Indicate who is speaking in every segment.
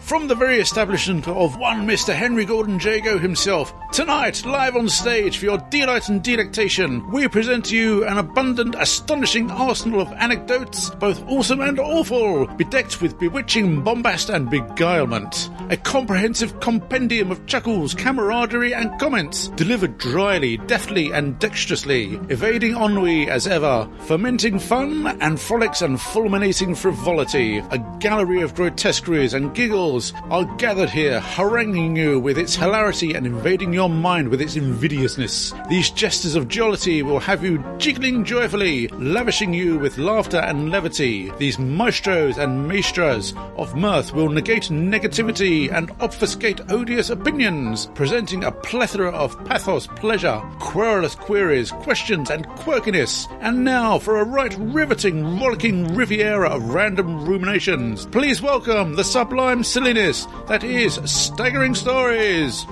Speaker 1: from the very establishment of one Mr. Henry Gordon Jago himself. Tonight, live on stage for your delight and delectation, we present to you an abundant, astonishing arsenal of anecdotes, both awesome and awful, bedecked with bewitching bombast and beguilement. A comprehensive compendium of chuckles, camaraderie, and comments, delivered dryly, deftly, and dexterously, evading ennui as ever, fermenting fun and frolics and fulminating frivolity. A gallery of grotesqueries and giggles are gathered here, haranguing you with its hilarity and invading your mind with its invidiousness. These jesters of jollity will have you jiggling joyfully, lavishing you with laughter and levity. These maestros and maestras of mirth will negate negativity and obfuscate odious opinions, presenting a plethora of pathos, pleasure, querulous queries, questions, and quirkiness. And now for a right riveting, rollicking riviera of random ruminations. Please welcome the sublime silliness that is Staggering Stories.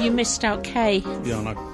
Speaker 2: You missed out Kay.
Speaker 1: Yeah, I know.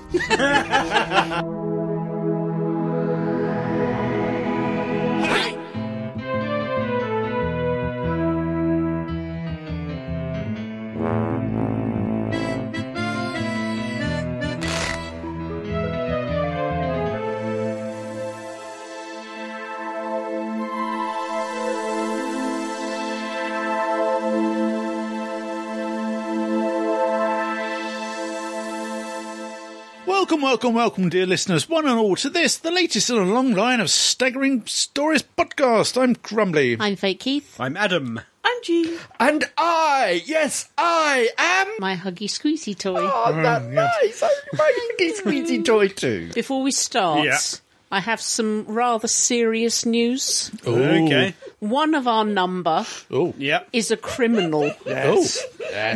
Speaker 1: Welcome, welcome, welcome, dear listeners, one and all, to this, the latest in a long line of staggering stories podcast. I'm Crumbly.
Speaker 2: I'm Fake Keith.
Speaker 3: I'm Adam.
Speaker 4: I'm G.
Speaker 3: And I, yes, I am.
Speaker 2: My huggy squeezy toy.
Speaker 3: Oh, that's nice. I'm my squeaky squeezy toy too.
Speaker 2: Before we start,
Speaker 3: Yeah.
Speaker 2: I have some rather serious news.
Speaker 3: Okay.
Speaker 2: One of our number
Speaker 1: Oh.
Speaker 3: Yep.
Speaker 2: is a criminal.
Speaker 3: Yes.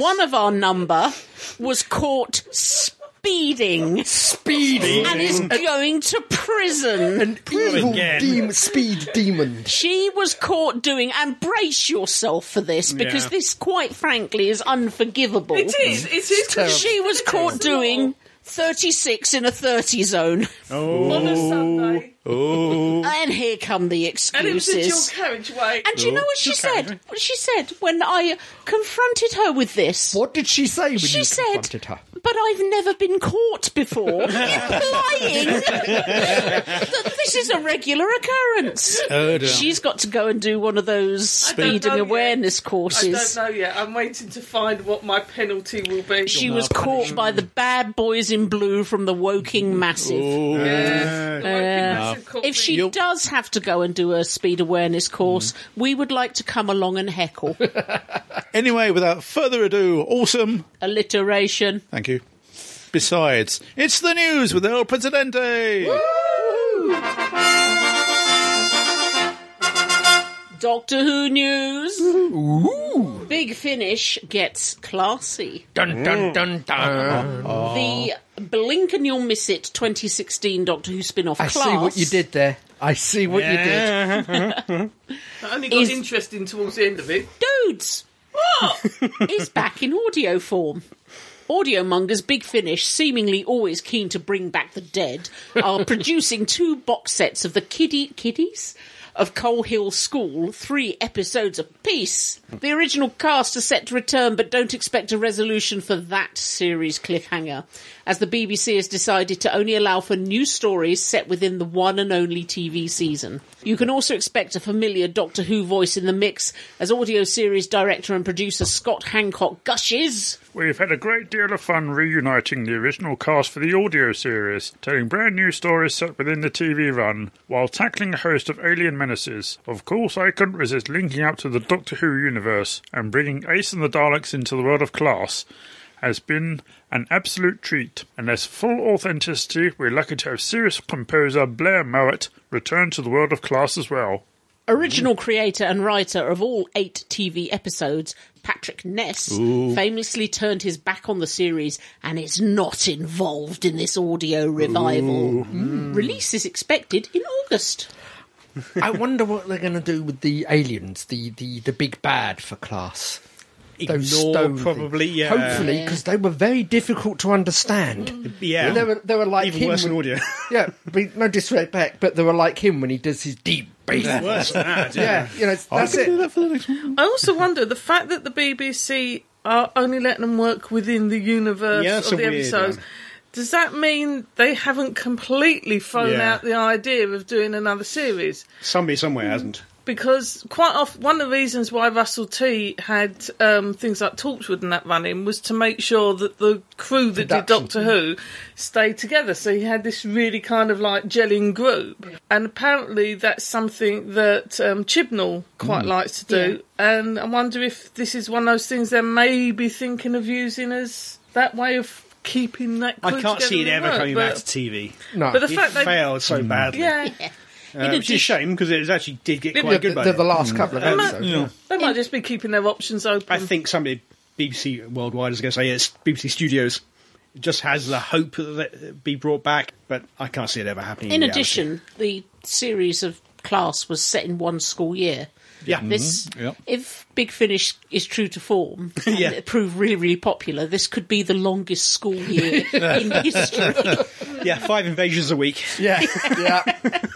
Speaker 2: One of our number was caught speeding
Speaker 5: Speed.
Speaker 2: and is going to prison.
Speaker 5: An evil
Speaker 3: again.
Speaker 5: dem- speed demon.
Speaker 2: She was caught doing, and brace yourself for this because
Speaker 3: Yeah.
Speaker 2: this, quite frankly, is unforgivable.
Speaker 4: It is. It is.
Speaker 2: She was caught doing 36 in a 30 zone.
Speaker 4: on a Sunday,
Speaker 2: And here come the
Speaker 4: and it was in your
Speaker 2: excuses.
Speaker 4: carriageway.
Speaker 2: And do you know what she said? What she said when I confronted her with this?
Speaker 5: What did she say when
Speaker 2: She
Speaker 5: you
Speaker 2: said,
Speaker 5: confronted her?
Speaker 2: but I've never been caught before, implying that this is a regular occurrence.
Speaker 1: Oh, dear.
Speaker 2: She's got to go and do one of those
Speaker 4: don't
Speaker 2: speed
Speaker 4: know
Speaker 2: and
Speaker 4: yet.
Speaker 2: awareness
Speaker 4: I don't
Speaker 2: courses.
Speaker 4: know yet. I'm waiting to find what my penalty will be.
Speaker 2: She was caught by the bad boys in blue from the Woking Massive.
Speaker 1: Oh.
Speaker 4: uh, Yeah. The Woking Massive caught
Speaker 2: If she
Speaker 4: me.
Speaker 2: does have to go and do a speed awareness course, we would like to come along and heckle.
Speaker 1: Anyway, without further ado, awesome.
Speaker 2: Alliteration.
Speaker 1: Thank you. Besides, it's the news with El Presidente.
Speaker 2: Doctor Who news. Big Finish gets classy.
Speaker 5: Dun dun dun dun.
Speaker 2: The Blink and You'll Miss It 2016 Doctor Who spin off
Speaker 5: I
Speaker 2: class.
Speaker 5: see what you did there. I see what you did.
Speaker 4: I only got
Speaker 2: is-
Speaker 4: interesting towards the end of it.
Speaker 2: Dudes! What? is back in audio form. Audio mongers Big Finish, seemingly always keen to bring back the dead, are producing two box sets of the kiddie kiddies of Coal Hill School, three episodes apiece. The original cast are set to return, but don't expect a resolution for that series cliffhanger, as the BBC has decided to only allow for new stories set within the one and only TV season. You can also expect a familiar Doctor Who voice in the mix, as audio series director and producer Scott Hancock gushes.
Speaker 6: We've had a great deal of fun reuniting the original cast for the audio series, telling brand new stories set within the TV run, while tackling a host of alien menaces. Of course, I couldn't resist linking up to the Doctor Who universe and bringing Ace and the Daleks into the world of class. Has been an absolute treat. Unless full authenticity, we're lucky to have serious composer Blair Mowat return to the world of class as well.
Speaker 2: Original creator and writer of all eight TV episodes, Patrick Ness famously turned his back on the series and is not involved in this audio revival. Mm. Release is expected in August.
Speaker 5: I wonder what they're going to do with the aliens, the, the, the big bad for class. Those
Speaker 3: Ignore,
Speaker 5: stone
Speaker 3: probably,
Speaker 5: things.
Speaker 3: yeah.
Speaker 5: Hopefully, because they were very difficult to understand.
Speaker 3: Yeah.
Speaker 5: They were, they were like
Speaker 3: Even
Speaker 5: him
Speaker 3: worse than
Speaker 5: when-
Speaker 3: audio.
Speaker 5: yeah, but no disrespect, but they were like him when he does his deep beast.
Speaker 7: Worse than that.
Speaker 5: Yeah, you know, it's- that's it.
Speaker 1: that for the next one.
Speaker 4: I also wonder the fact that the BBC are only letting them work within the universe
Speaker 7: Yeah, that's
Speaker 4: of
Speaker 7: a
Speaker 4: the
Speaker 7: weird
Speaker 4: episodes.
Speaker 7: one.
Speaker 4: Does that mean they haven't completely thrown
Speaker 7: Yeah.
Speaker 4: out the idea of doing another series?
Speaker 7: Somebody somewhere hasn't.
Speaker 4: because quite often one of the reasons why Russell T had um, things like Torchwood and that running was to make sure that the crew that
Speaker 5: Production.
Speaker 4: did Doctor Who stayed together. So he had this really kind of like gelling group, and apparently that's something that um, Chibnall
Speaker 7: Mm.
Speaker 4: quite likes to do. And I wonder if this is one of those things they may be thinking of using as that way of keeping that. Crew
Speaker 7: I can't see it
Speaker 4: together and
Speaker 7: ever
Speaker 4: work,
Speaker 7: coming
Speaker 4: but,
Speaker 7: back to TV.
Speaker 5: No,
Speaker 4: But the
Speaker 7: It
Speaker 4: fact they
Speaker 7: failed so badly.
Speaker 4: yeah.
Speaker 7: Uh, which is a shame because it actually did get
Speaker 5: they're,
Speaker 7: quite good. by
Speaker 5: they're
Speaker 7: then.
Speaker 5: the last couple of
Speaker 4: Um,
Speaker 5: episodes.
Speaker 1: Yeah.
Speaker 4: They might just be keeping their options open.
Speaker 7: I think somebody BBC worldwide is going to say it's BBC Studios just has the hope that it be brought back, but I can't see it ever happening.
Speaker 2: In
Speaker 7: reality.
Speaker 2: addition, the series of class was set in one school year. Mm-hmm.
Speaker 7: yeah,
Speaker 2: This,
Speaker 1: yep.
Speaker 2: if Big Finish is true to form and
Speaker 7: Yeah.
Speaker 2: it proved really, really popular, this could be the longest school year in history.
Speaker 7: yeah, five invasions a week.
Speaker 5: Yeah, yeah.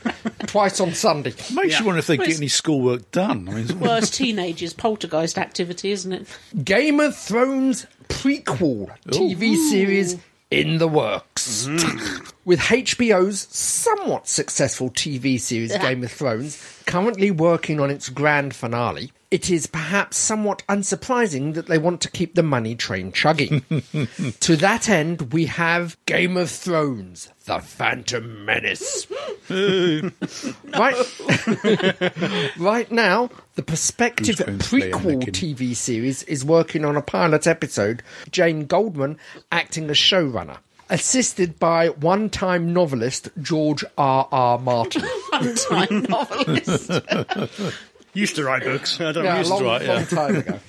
Speaker 5: Twice on Sunday.
Speaker 1: Makes you wonder if they
Speaker 2: Well,
Speaker 1: get
Speaker 2: it's-
Speaker 1: any schoolwork done. I mean, it's-
Speaker 2: Worst teenagers, poltergeist activity, isn't it?
Speaker 5: Game of Thrones prequel TV series in the works. With HBO's somewhat successful TV series Game of Thrones currently working on its grand finale, it is perhaps somewhat unsurprising that they want to keep the money train chugging. to that end, we have Game of Thrones The Phantom Menace. Right. Right now, the prospective
Speaker 1: Goosebumps play on the
Speaker 5: prequel
Speaker 1: kid.
Speaker 5: TV series is working on a pilot episode, Jane Goldman acting as showrunner, assisted by one time novelist George R. R. Martin.
Speaker 2: Time novelist.
Speaker 7: Used to write books. I don't
Speaker 5: Yeah,
Speaker 7: know.
Speaker 5: a
Speaker 7: Used
Speaker 5: long,
Speaker 7: to write.
Speaker 5: long time ago.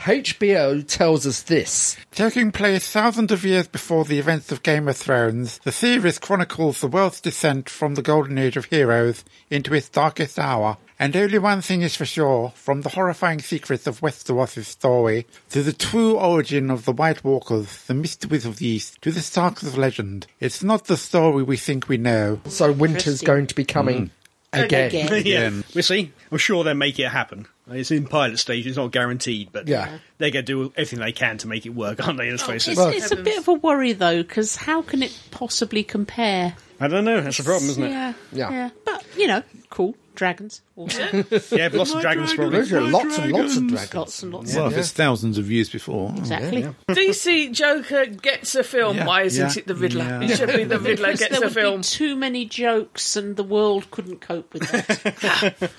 Speaker 5: HBO tells us this.
Speaker 8: Taking place thousands of years before the events of Game of Thrones, the series chronicles the world's descent from the golden age of heroes into its darkest hour. And only one thing is for sure, from the horrifying secrets of Westeros' story, to the true origin of the White Walkers, the mysteries of the East, to the Starks of legend, it's not the story we think we know.
Speaker 5: So winter's
Speaker 2: Interesting.
Speaker 5: going to be coming
Speaker 7: Hmm.
Speaker 5: again.
Speaker 2: Again.
Speaker 7: yeah, we see. I'm sure they'll make it happen. It's in pilot stage. It's not guaranteed, but
Speaker 5: Yeah.
Speaker 7: they're going to do everything they can to make it work, aren't they? Let's face it.
Speaker 2: Oh, It's, it's a bit of a worry though, because how can it possibly compare?
Speaker 7: I don't know. That's the problem, isn't it?
Speaker 2: Yeah,
Speaker 5: Yeah.
Speaker 2: But you know, cool dragons, awesome.
Speaker 7: Yeah, lots of dragons probably.
Speaker 5: There's lots and lots of dragons.
Speaker 2: lots and lots.
Speaker 1: well,
Speaker 2: of
Speaker 1: if it's thousands of years before.
Speaker 2: Exactly.
Speaker 4: DC Joker gets a film.
Speaker 1: Yeah,
Speaker 4: Why isn't
Speaker 1: yeah,
Speaker 4: it the Riddler?
Speaker 1: yeah.
Speaker 4: It should be the Riddler
Speaker 2: Because
Speaker 4: gets
Speaker 2: there
Speaker 4: a
Speaker 2: would
Speaker 4: film.
Speaker 2: be too many jokes, and the world couldn't cope with that.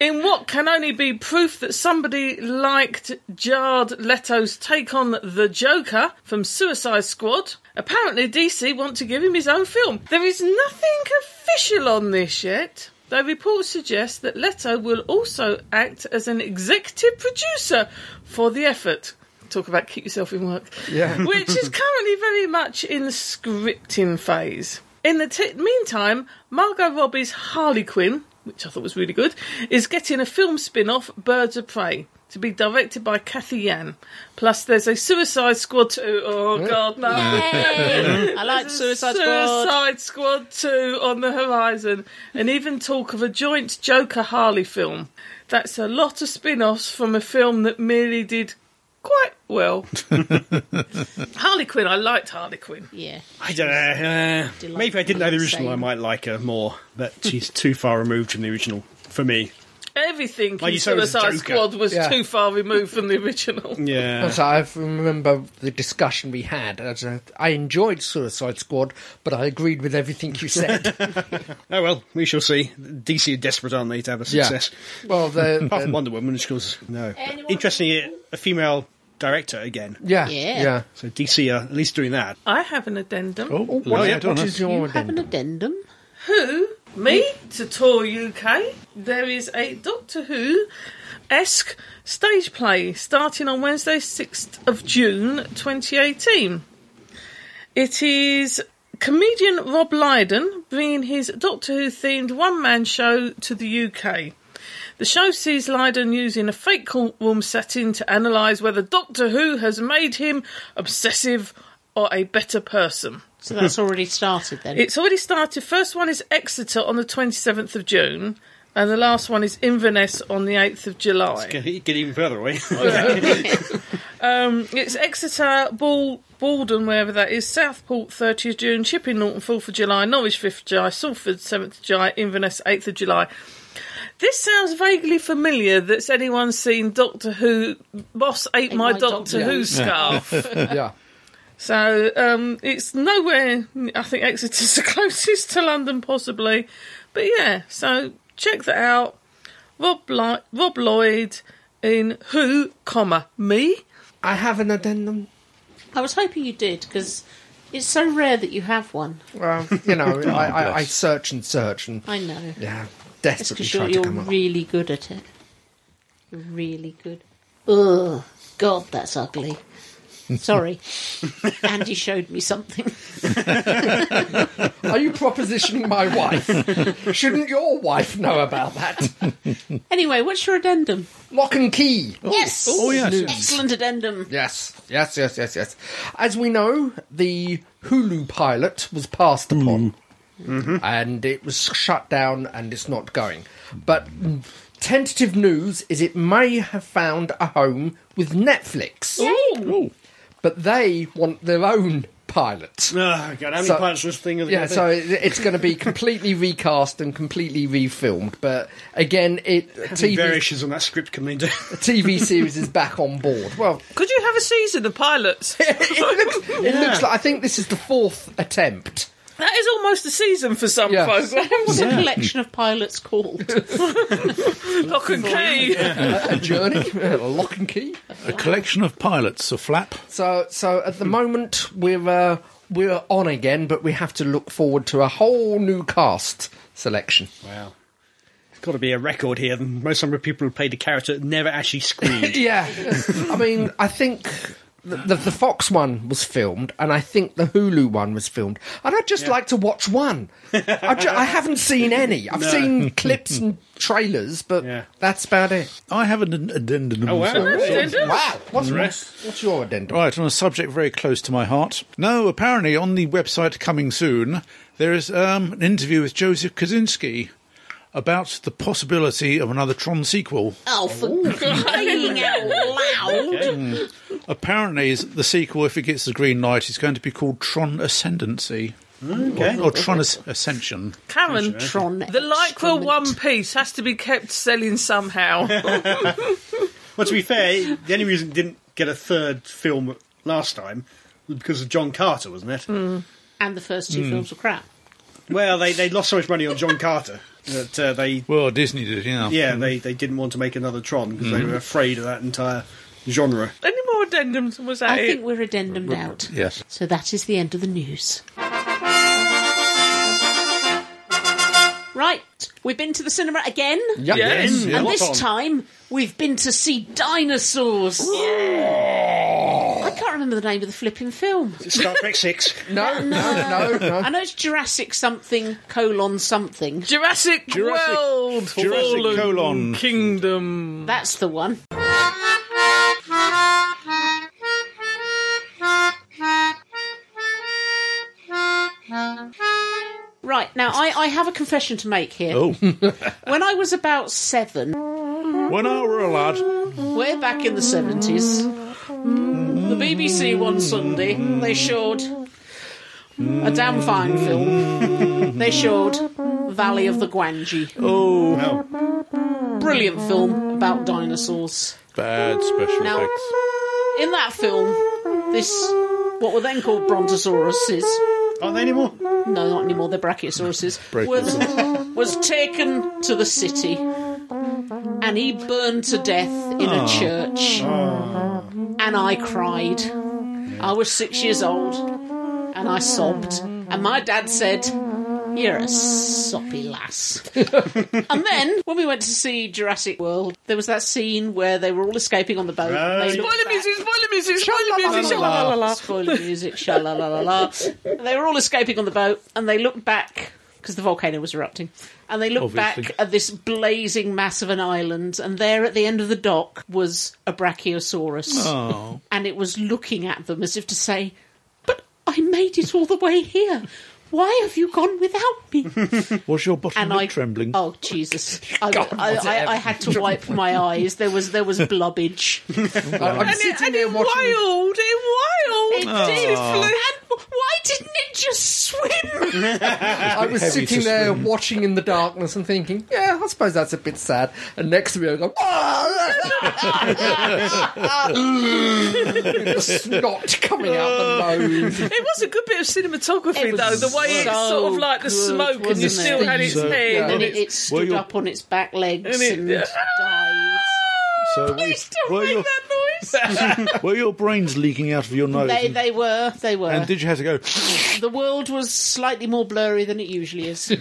Speaker 4: In what can only be proof that somebody liked Jared Leto's take on the Joker from Suicide Squad. Apparently, DC want to give him his own film. There is nothing official on this yet. Though reports suggest that Leto will also act as an executive producer for the effort. Talk about keep yourself in work.
Speaker 5: Yeah.
Speaker 4: which is currently very much in the scripting phase. In the t- meantime, Margot Robbie's Harley Quinn, which I thought was really good, is getting a film spin off, Birds of Prey, to be directed by Kathy Yan. Plus, there's a Suicide Squad 2. Oh, God, no.
Speaker 2: Yay! I like Suicide Squad.
Speaker 4: Suicide Squad 2 on the horizon, and even talk of a joint Joker Harley film. That's a lot of spin offs from a film that merely did quite well. Harley Quinn, I liked Harley Quinn.
Speaker 2: Yeah.
Speaker 7: I don't know. Uh,
Speaker 2: Delightful
Speaker 7: maybe I didn't know the
Speaker 2: insane.
Speaker 7: original. I might like her more, but she's too far removed from the original for me.
Speaker 4: Everything
Speaker 7: Like
Speaker 4: in
Speaker 7: you said, it was
Speaker 4: Suicide
Speaker 7: Joker.
Speaker 4: Squad was
Speaker 5: Yeah.
Speaker 4: too far removed from the original.
Speaker 7: Yeah.
Speaker 5: So I remember the discussion we had. I said, I enjoyed Suicide Squad, but I agreed with everything you said.
Speaker 7: Oh well, we shall see. DC are desperate, aren't they, to have a
Speaker 5: Yeah.
Speaker 7: success?
Speaker 5: well, the,
Speaker 7: Apart from Wonder Woman, which was no. But Interestingly, a female director again.
Speaker 5: yeah,
Speaker 2: Yeah.
Speaker 5: yeah.
Speaker 7: So DC are at least doing that.
Speaker 4: I have an addendum.
Speaker 1: Oh,
Speaker 5: Oh,
Speaker 1: lay
Speaker 5: what,
Speaker 1: it on
Speaker 5: what
Speaker 1: us.
Speaker 5: is your
Speaker 2: You have an
Speaker 5: addendum?
Speaker 2: addendum.
Speaker 4: Who, me, to tour UK. There is a Doctor Who esque stage play starting on Wednesday, 6th of June 2018. It is comedian Rob Lydon bringing his Doctor Who themed one man show to the UK. The show sees Lydon using a fake courtroom setting to analyse whether Doctor Who has made him obsessive or a better person.
Speaker 2: So that's already started then.
Speaker 4: It's already started. First one is Exeter on the 27th of June, And the last one is Inverness on the 8th of July.
Speaker 7: Get, get even further away.
Speaker 4: Um, it's Exeter, Bal- Baldon, wherever that is, Southport, 30th June, Chipping, Norton, 4th of July, Norwich, 5th of July, Salford, 7th of July, Inverness, 8th of July. This sounds vaguely familiar. That's anyone seen Doctor Who? Boss ate, my,
Speaker 2: my
Speaker 4: Doctor,
Speaker 2: Doctor
Speaker 4: Who scarf.
Speaker 5: yeah.
Speaker 4: so um, it's nowhere. I think Exeter's the closest to London, possibly. But yeah, so check that out. Rob, Li- Rob Lloyd in Who, comma me.
Speaker 5: I have an addendum.
Speaker 2: I was hoping you did because it's so rare that you have one.
Speaker 5: Well, you know, I, I, I search and search and
Speaker 2: I know.
Speaker 5: yeah,
Speaker 2: It's
Speaker 5: desperately
Speaker 2: because you're,
Speaker 5: try to
Speaker 2: you're
Speaker 5: come up.
Speaker 2: really good at it. You're really good. Ugh, God, that's ugly. Sorry. Andy showed me something.
Speaker 5: Are you propositioning my wife? Shouldn't your wife know about that?
Speaker 2: Anyway, what's your addendum?
Speaker 5: Lock and key.
Speaker 2: yes!
Speaker 1: Oh, yes.
Speaker 2: Excellent addendum.
Speaker 5: Yes, yes, yes, yes, yes. As we know, the Hulu pilot was passed upon, and it was shut down, and it's not going. But mm, tentative news is it may have found a home with Netflix, but they want their own pilot.
Speaker 7: oh, God, how many
Speaker 5: So-
Speaker 7: parts was this thing?
Speaker 5: Yeah, so it- it's going to be completely recast and completely refilmed. But again, it
Speaker 7: TV.
Speaker 5: TV,
Speaker 7: variations on that script can they do?
Speaker 5: TV series is back on board. Well,
Speaker 4: Could you have a season of pilots?
Speaker 5: it looks like I think this is the fourth attempt.
Speaker 4: that is almost a season for some
Speaker 5: Yeah.
Speaker 4: programs.
Speaker 2: What's a collection of pilots called?
Speaker 4: Lock and key.
Speaker 5: a journey, a lock and key.
Speaker 1: A collection of pilots, a flap.
Speaker 5: So, so at the moment we're uh, we're on again, but we have to look forward to a whole new cast selection.
Speaker 7: wow. It's got to be a record here. The Most number of people who played a character that never actually screamed.
Speaker 5: Yeah, I mean, I think. The, the, the Fox one was filmed, and I think the Hulu one was filmed. And I'd just like to watch one. I, ju- I haven't seen any. I've seen clips and trailers, but
Speaker 7: Yeah.
Speaker 5: that's about it.
Speaker 1: I have an addendum.
Speaker 7: Oh, wow.
Speaker 1: myself.
Speaker 5: Wow, what's, what's your addendum?
Speaker 1: Right, on a subject very close to my heart. No, apparently on the website coming soon, there is um, an interview with Joseph Kaczynski about the possibility of another Tron sequel.
Speaker 2: Oh, for crying out loud.
Speaker 1: Apparently, the sequel, if it gets the green light, is going to be called Tron Ascendancy.
Speaker 7: Okay.
Speaker 1: Or Tron As- Ascension.
Speaker 4: Karen,
Speaker 2: Tron
Speaker 4: the Lycra
Speaker 2: excrement.
Speaker 4: One Piece has to be kept selling somehow.
Speaker 7: Well, to be fair, the only reason it didn't get a third film last time was because of John Carter, wasn't it?
Speaker 5: Hmm.
Speaker 2: And the first two films were crap.
Speaker 7: Well, they, they lost so much money on John Carter that uh, they
Speaker 1: Well, Disney did, yeah.
Speaker 7: yeah they, they didn't want to make another Tron because they were afraid of that entire genre.
Speaker 4: Any more addendums? Was that
Speaker 2: I
Speaker 4: it?
Speaker 2: think we're addendumed out.
Speaker 1: Yes.
Speaker 2: So that is the end of the news. Right, we've been to the cinema again,
Speaker 5: Yep.
Speaker 4: Yes.
Speaker 1: Mm.
Speaker 2: and
Speaker 7: What's
Speaker 2: this
Speaker 7: on?
Speaker 2: time we've been to see dinosaurs. I can't remember the name of the flipping film.
Speaker 7: Star Trek Six.
Speaker 5: No, no, no, no.
Speaker 2: I know it's Jurassic something colon something.
Speaker 4: Jurassic,
Speaker 1: Jurassic-
Speaker 4: World,
Speaker 1: Jurassic
Speaker 4: Fallen
Speaker 1: colon.
Speaker 4: Kingdom.
Speaker 2: That's the one. Right now, I, I have a confession to make here.
Speaker 1: Oh,
Speaker 2: When I was about seven,
Speaker 1: when I were a lad,
Speaker 2: Way back in the 70s, the BBC one Sunday, they showed a damn fine film. They showed Valley of the Guanji.
Speaker 7: Well,
Speaker 2: Brilliant film about dinosaurs.
Speaker 1: bad special
Speaker 2: Now-
Speaker 1: effects.
Speaker 2: In that film, this, what were then called brontosauruses,
Speaker 7: aren't they anymore?
Speaker 2: no, not anymore, they're brachiosauruses, was, was taken to the city and he burned to death in a church. And I cried. I was six years old and I sobbed. And my dad said, You're a soppy lass. and then, when we went to see Jurassic World, there was that scene where they were all escaping on the boat. and they
Speaker 7: Right.
Speaker 2: looked
Speaker 4: Spoiler
Speaker 2: back-
Speaker 4: music, spoiler music, spoiler music, shalalala.
Speaker 2: Spoiler music, shalalala. they were all escaping on the boat, and they looked back because the volcano was erupting. And they looked
Speaker 1: Obviously.
Speaker 2: back at this blazing mass of an island, and there at the end of the dock was a brachiosaurus,
Speaker 1: Oh,
Speaker 2: and it was looking at them as if to say, "But I made it all the way here. Why have you gone without me?
Speaker 1: Was your bottom
Speaker 2: and
Speaker 1: lip
Speaker 2: I
Speaker 1: trembling?
Speaker 2: Oh Jesus! I, I, I, I had to wipe my eyes. There was there was blubbage.
Speaker 5: I'm
Speaker 4: And it,
Speaker 5: sitting
Speaker 4: and
Speaker 5: there
Speaker 4: it
Speaker 5: watching.
Speaker 4: wild, it
Speaker 2: It
Speaker 4: wild.
Speaker 2: did. And why didn't it just swim?
Speaker 5: I was
Speaker 1: Heavy to
Speaker 5: sitting there
Speaker 1: swim.
Speaker 5: watching in the darkness and thinking, yeah, I suppose that's a bit sad. And next to me, I go, "Ah!" the snot coming out the nose.
Speaker 4: It was a good bit of cinematography,
Speaker 2: It was
Speaker 4: though. The way it's
Speaker 2: so
Speaker 4: sort of like the
Speaker 2: good,
Speaker 4: smoke, and you
Speaker 2: wasn't
Speaker 4: still
Speaker 2: it?
Speaker 4: had its
Speaker 1: So-
Speaker 4: head.
Speaker 5: Yeah.
Speaker 4: and
Speaker 2: and
Speaker 4: it's-
Speaker 2: it, it
Speaker 1: Were
Speaker 2: stood
Speaker 1: your-
Speaker 2: up on its back legs
Speaker 4: And it-
Speaker 2: and,
Speaker 4: yeah.
Speaker 2: died.
Speaker 4: Oh,
Speaker 1: so were,
Speaker 2: Please don't
Speaker 1: were
Speaker 2: make
Speaker 1: your,
Speaker 2: that noise.
Speaker 1: were your brains leaking out of your nose?
Speaker 2: they
Speaker 1: and,
Speaker 2: they were they were.
Speaker 1: and did you have to go?
Speaker 2: the world was slightly more blurry than it usually is.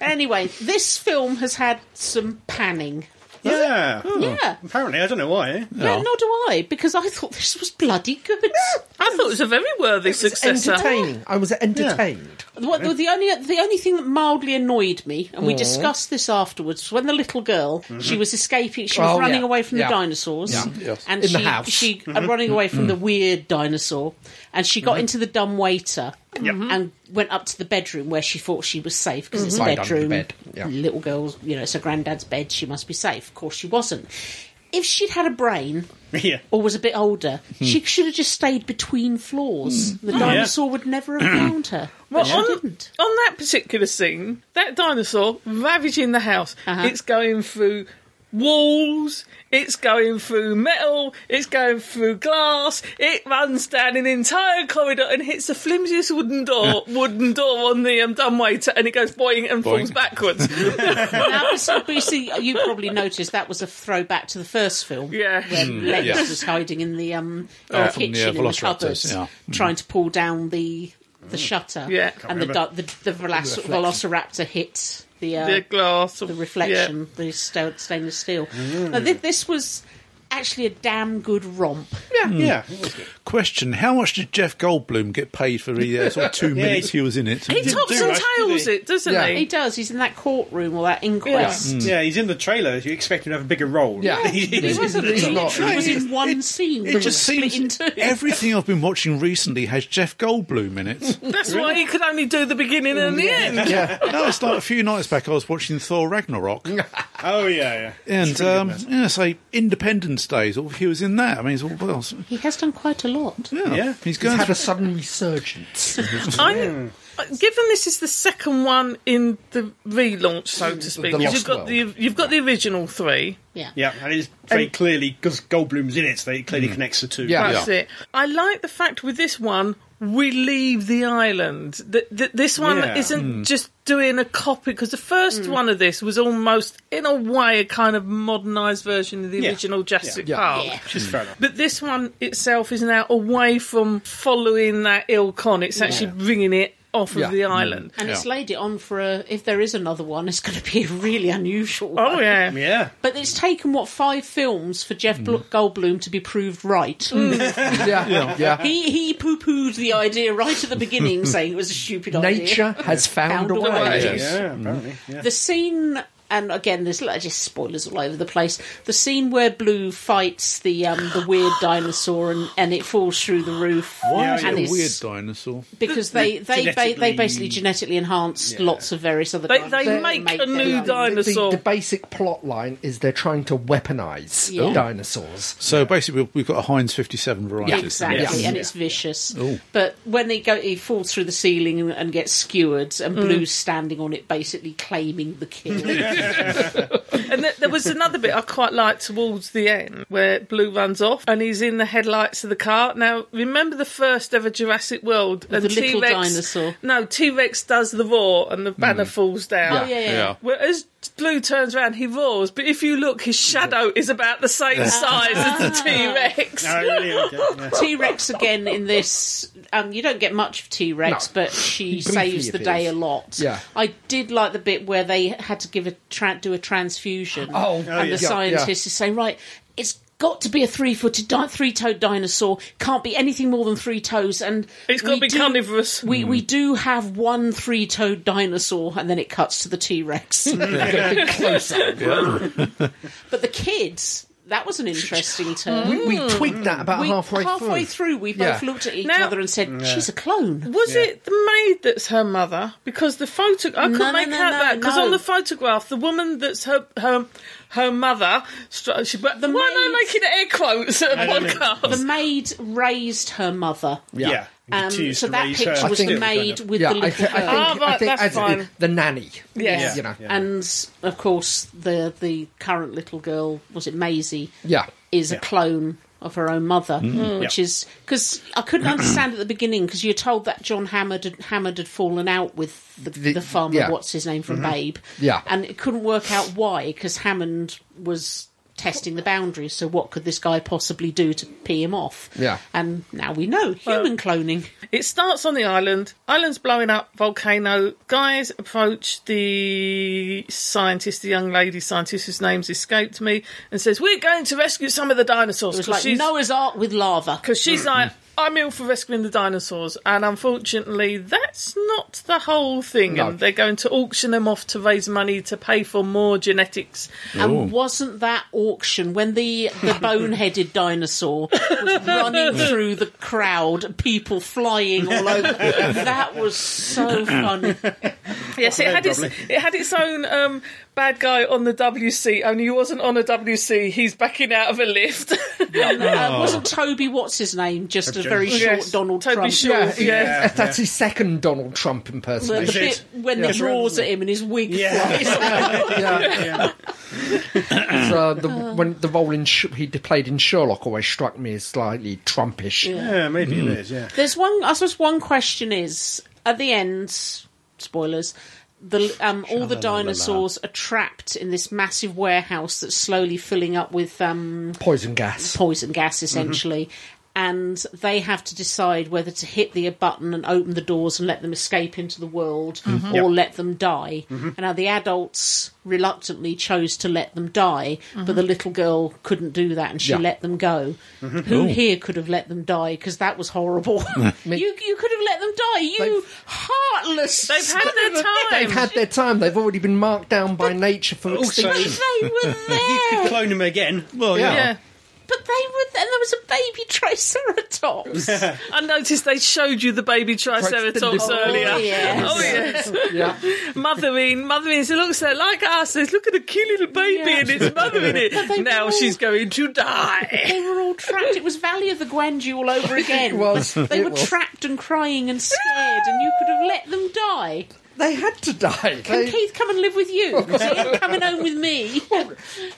Speaker 2: anyway, this film has had some panning.
Speaker 7: Oh. Yeah.
Speaker 2: Yeah.
Speaker 7: Apparently, I don't know why. eh?
Speaker 2: Yeah, nor do I, because I thought this was bloody good.
Speaker 4: I thought it was a very worthy
Speaker 5: It's
Speaker 4: successor.
Speaker 5: entertaining. I was entertained.
Speaker 2: What, the only the only thing that mildly annoyed me, and we
Speaker 5: Mm.
Speaker 2: discussed this afterwards, was when the little girl she was escaping, she was
Speaker 5: Oh,
Speaker 2: running
Speaker 5: yeah.
Speaker 2: away from
Speaker 5: Yeah.
Speaker 2: the dinosaurs,
Speaker 1: Yes.
Speaker 2: and
Speaker 5: In
Speaker 2: she
Speaker 5: the house.
Speaker 2: she uh, running away from the weird dinosaur, and she got into the dumb waiter
Speaker 5: Mm-hmm.
Speaker 2: and went up to the bedroom where she thought she was safe because it's a
Speaker 5: Right under the
Speaker 2: bedroom,
Speaker 5: bed, yeah.
Speaker 2: little girl's, you know, it's her granddad's bed, she must be safe. Of course, she wasn't. If she'd had a brain,
Speaker 7: Yeah.
Speaker 2: or was a bit older,
Speaker 5: Hmm.
Speaker 2: she should have just stayed between floors. The dinosaur would never have found her. But she
Speaker 4: on,
Speaker 2: didn't.
Speaker 4: on that particular scene, that dinosaur ravaging the house,
Speaker 2: Uh-huh.
Speaker 4: it's going through walls, it's going through metal, it's going through glass, it runs down an entire corridor and hits the flimsiest wooden door, wooden door on the um, dumbwaiter, and it goes boing and falls backwards.
Speaker 2: Now, but see- but you see, you probably noticed that was a throwback to the first film.
Speaker 4: Yeah.
Speaker 2: When Lex was hiding in the um, in
Speaker 1: Oh,
Speaker 2: the
Speaker 1: from the,
Speaker 2: kitchen
Speaker 1: uh,
Speaker 2: in the
Speaker 1: Velociraptors,
Speaker 2: cupboards,
Speaker 1: yeah. Mm.
Speaker 2: trying to pull down the the shutter.
Speaker 4: Yeah.
Speaker 2: and the, du- the the velas- Velociraptor hits the uh,
Speaker 4: the glass,
Speaker 2: the reflection, the sta- stainless steel.
Speaker 1: Mm.
Speaker 2: Now, thi- this was actually a damn good romp.
Speaker 7: Yeah.
Speaker 1: Question: How much did Jeff Goldblum get paid for the uh, sort of two minutes he was in it?
Speaker 4: He tops and
Speaker 7: much, did
Speaker 4: tails
Speaker 7: he?
Speaker 4: it, doesn't
Speaker 5: Yeah.
Speaker 2: He
Speaker 4: he?
Speaker 2: does. He's in that courtroom or that
Speaker 7: Yeah.
Speaker 2: inquest.
Speaker 7: Yeah, he's in the trailer. You expect him to have a bigger role.
Speaker 5: Yeah.
Speaker 1: Mm.
Speaker 2: He wasn't.
Speaker 5: He's
Speaker 2: He
Speaker 5: not.
Speaker 2: literally was in one
Speaker 1: It-
Speaker 2: scene.
Speaker 1: It just
Speaker 2: split
Speaker 1: seems
Speaker 2: into
Speaker 1: everything I've been watching recently has Jeff Goldblum in it.
Speaker 4: That's why he could only do the beginning and the end.
Speaker 1: no, it's like a few nights back I was watching Thor Ragnarok,
Speaker 7: Oh, yeah, yeah.
Speaker 1: and um, yeah, say Independence Day. so He was in that. I mean, it's all well, so-
Speaker 2: He has done quite a lot.
Speaker 1: yeah,
Speaker 7: Yeah.
Speaker 1: he's
Speaker 5: He's
Speaker 1: going.
Speaker 5: had
Speaker 1: through-
Speaker 5: a sudden resurgence.
Speaker 4: I'm, uh, given this is the second one in the relaunch, so to
Speaker 5: the
Speaker 4: speak, 'cause
Speaker 5: Lost
Speaker 4: you've got
Speaker 5: World.
Speaker 4: the you've got the original three.
Speaker 2: Yeah.
Speaker 7: Yeah, and it's very clearly because Goldblum's in it, so it clearly connects the two.
Speaker 5: Yeah.
Speaker 4: That's it. I like the fact with this one we leave the island. Th- th- this one
Speaker 7: Yeah.
Speaker 4: isn't just doing a copy because the first
Speaker 5: Hmm.
Speaker 4: one of this was almost, in a way, a kind of modernised version of the
Speaker 7: Yeah.
Speaker 4: original Jurassic
Speaker 5: Yeah.
Speaker 4: Park.
Speaker 2: Yeah.
Speaker 7: Which is fair enough.
Speaker 4: But this one itself is now away from following that ill con. It's actually bringing it off
Speaker 5: Yeah. Hmm.
Speaker 4: of the island.
Speaker 2: And it's
Speaker 1: Yeah.
Speaker 2: laid it on for a. If there is another one, it's going to be a really unusual one.
Speaker 4: Oh yeah.
Speaker 7: Yeah.
Speaker 2: But it's taken, what, five films for Jeff Bl-
Speaker 1: Mm-hmm.
Speaker 2: Goldblum to be proved right?
Speaker 4: Mm.
Speaker 5: yeah, yeah.
Speaker 2: He, he poo pooed the idea right at the beginning, saying it was a stupid idea.
Speaker 5: Nature has found, a way.
Speaker 2: way.
Speaker 7: Yeah, apparently. Yeah.
Speaker 2: The scene, and again, there's like, just spoilers all over the place. The scene where Blue fights the um, the weird dinosaur and, and it falls through the roof.
Speaker 1: Why is
Speaker 7: Yeah,
Speaker 2: and
Speaker 1: it a
Speaker 2: it's-
Speaker 1: weird dinosaur?
Speaker 2: Because they they, ba- they
Speaker 7: Genetically-
Speaker 2: basically genetically enhanced lots of various other.
Speaker 4: They-
Speaker 2: dinosaurs.
Speaker 4: they
Speaker 2: and
Speaker 4: make a
Speaker 2: their
Speaker 4: new
Speaker 2: own.
Speaker 4: di-
Speaker 5: The- The,
Speaker 4: Dinosaur.
Speaker 5: the basic plot line is they're trying to weaponize
Speaker 2: Yeah.
Speaker 5: dinosaurs.
Speaker 1: So basically, we've- we've got a Heinz 57 variety.
Speaker 2: Exactly,
Speaker 5: Yeah.
Speaker 2: and it's vicious. But when they go, he falls through the ceiling and, and gets skewered,
Speaker 4: Mm.
Speaker 2: and Blue's standing on it, basically claiming the kill.
Speaker 4: And there, there was another bit I quite liked towards the end where Blue runs off and he's in the headlights of the car. Now, remember the first ever Jurassic World and
Speaker 2: the little dinosaur.
Speaker 4: No, T Rex does the roar and the banner falls down.
Speaker 2: Oh yeah, yeah.
Speaker 4: Whereas Blue turns around, he roars, but if you look, his shadow is about the same size
Speaker 2: Ah.
Speaker 4: as the T Rex.
Speaker 7: Oh, really? Okay, yeah.
Speaker 2: T Rex again in this. Um, you don't get much of T Rex, but she
Speaker 5: briefly
Speaker 2: saves the day a
Speaker 5: appears.
Speaker 2: lot.
Speaker 5: Yeah.
Speaker 2: I did like the bit where they had to give a tra- do a transfusion.
Speaker 5: Oh,
Speaker 2: and
Speaker 5: oh,
Speaker 2: the
Speaker 5: yeah.
Speaker 2: scientist
Speaker 5: Yeah.
Speaker 2: is saying, right, it's got to be a three-footed, di- three-toed dinosaur. Can't be anything more than three toes, and
Speaker 4: It's got to
Speaker 2: we
Speaker 4: be
Speaker 2: do-
Speaker 4: carnivorous.
Speaker 2: We, we
Speaker 5: Mm.
Speaker 2: do have one three toed dinosaur, and then it cuts to the T Rex.
Speaker 5: Closer.
Speaker 2: But the kids, That was an interesting turn.
Speaker 5: We, we tweaked that about
Speaker 2: We-
Speaker 5: Mm. halfway, through.
Speaker 2: through, we both
Speaker 5: Yeah.
Speaker 2: looked at each
Speaker 4: Now-
Speaker 2: other and said, "She's a clone."
Speaker 4: Was it the maid that's her mother? Because the photo I couldn't
Speaker 2: No, no,
Speaker 4: make
Speaker 2: no,
Speaker 4: out
Speaker 2: no,
Speaker 4: that because
Speaker 2: no.
Speaker 4: on the photograph, the woman that's her her her mother. str- She, but
Speaker 2: The
Speaker 4: why am I
Speaker 2: maid-
Speaker 4: making air quotes at a
Speaker 2: The
Speaker 4: podcast?
Speaker 2: maid raised her mother.
Speaker 7: Yeah.
Speaker 2: Um,
Speaker 7: She used
Speaker 2: so
Speaker 7: to
Speaker 2: that
Speaker 7: raise
Speaker 2: picture
Speaker 7: her
Speaker 2: was
Speaker 7: still,
Speaker 2: the
Speaker 7: kind
Speaker 2: maid
Speaker 7: of.
Speaker 2: with
Speaker 5: Yeah,
Speaker 2: the
Speaker 5: I,
Speaker 2: little
Speaker 5: th- I think,
Speaker 2: girl.
Speaker 4: Ah,
Speaker 5: I
Speaker 4: right,
Speaker 5: think
Speaker 4: that's
Speaker 5: as it is,
Speaker 4: fine.
Speaker 5: the nanny.
Speaker 4: Yes.
Speaker 5: You know. Yeah.
Speaker 2: and of course, the the current little girl was it Maisie? is a clone of her own mother, which
Speaker 5: Mm-hmm.
Speaker 7: Yeah.
Speaker 2: is because I couldn't understand at the beginning because you're told that John Hammond had, Hammond had fallen out with the, the,
Speaker 5: The-
Speaker 2: farmer,
Speaker 5: yeah. Mm-hmm.
Speaker 2: what's his name from Babe,
Speaker 5: Yeah.
Speaker 2: and it couldn't work out why because Hammond was testing the boundaries. So what could this guy possibly do to pee him off?
Speaker 5: Yeah.
Speaker 2: and now we know human cloning.
Speaker 4: It starts on the island. Island's blowing up. Volcano. Guys approach the scientist, the young lady scientist whose name's escaped me, and says, "We're going to rescue some of the dinosaurs."
Speaker 2: It was
Speaker 4: 'cause
Speaker 2: like
Speaker 4: she's-
Speaker 2: Noah's Ark with lava.
Speaker 4: because she's like, I'm ill for rescuing the dinosaurs, and unfortunately, that's not the whole thing.
Speaker 5: No.
Speaker 4: And they're going to auction them off to raise money to pay for more genetics.
Speaker 2: And wasn't that auction when the, the bone-headed dinosaur was running through the crowd, people flying all over? That was so funny.
Speaker 4: Yes, it had its it had its own um, bad guy on the WC. Only he wasn't on a WC. He's backing out of a lift.
Speaker 2: And, uh, wasn't Toby what's his name just a very short
Speaker 4: Yes,
Speaker 2: Donald
Speaker 4: Toby
Speaker 2: Trump?
Speaker 4: Short.
Speaker 5: Yeah,
Speaker 2: uh,
Speaker 5: he-
Speaker 4: Yeah.
Speaker 5: that's his second Donald Trump
Speaker 2: The, the
Speaker 5: impersonation.
Speaker 2: bit when he roars at him and his wig flies.
Speaker 5: yeah. It's, uh, the, when the role in Sh- he played in Sherlock always struck me as slightly Trumpish.
Speaker 7: Yeah, maybe it is, yeah.
Speaker 2: There's one. I suppose one question is at the end. Spoilers. The um, all the dinosaurs are trapped in this massive warehouse that's slowly filling up with um,
Speaker 5: Poison gas.
Speaker 2: poison gas
Speaker 4: Mm-hmm.
Speaker 2: essentially. And they have to decide whether to hit the button and open the doors and let them escape into the world
Speaker 4: Mm-hmm.
Speaker 2: or let them die. And now the adults reluctantly chose to let them die, but the
Speaker 4: Mm-hmm.
Speaker 2: little girl couldn't do that and she
Speaker 5: Yeah.
Speaker 2: let them go. Who here could have let them die? Because that was horrible. you, you could have let them die. You heartless.
Speaker 4: They've had their time.
Speaker 5: They've had their time. They've already been marked down by nature for
Speaker 7: Also-
Speaker 5: extinction.
Speaker 2: They were there.
Speaker 7: Clone him again. Well,
Speaker 5: yeah.
Speaker 4: yeah.
Speaker 2: but they were there. And there was a baby Triceratops.
Speaker 4: I noticed they showed you the baby Triceratops
Speaker 5: Oh,
Speaker 4: earlier.
Speaker 2: yes.
Speaker 4: Oh yes,
Speaker 5: Yeah.
Speaker 4: mothering, mothering. So looks there like us. Says, look at the cute little baby
Speaker 2: Yeah.
Speaker 4: and it's mothering
Speaker 2: they
Speaker 4: it. Now
Speaker 2: will.
Speaker 4: she's going to die.
Speaker 2: They were all trapped. It was Valley of the Guandu all over again.
Speaker 5: was.
Speaker 2: They
Speaker 5: It
Speaker 2: were
Speaker 5: was.
Speaker 2: trapped and crying and scared, and you could have let them die.
Speaker 5: They had to die. They-
Speaker 2: Keith, come and live with you. So you're coming home with me.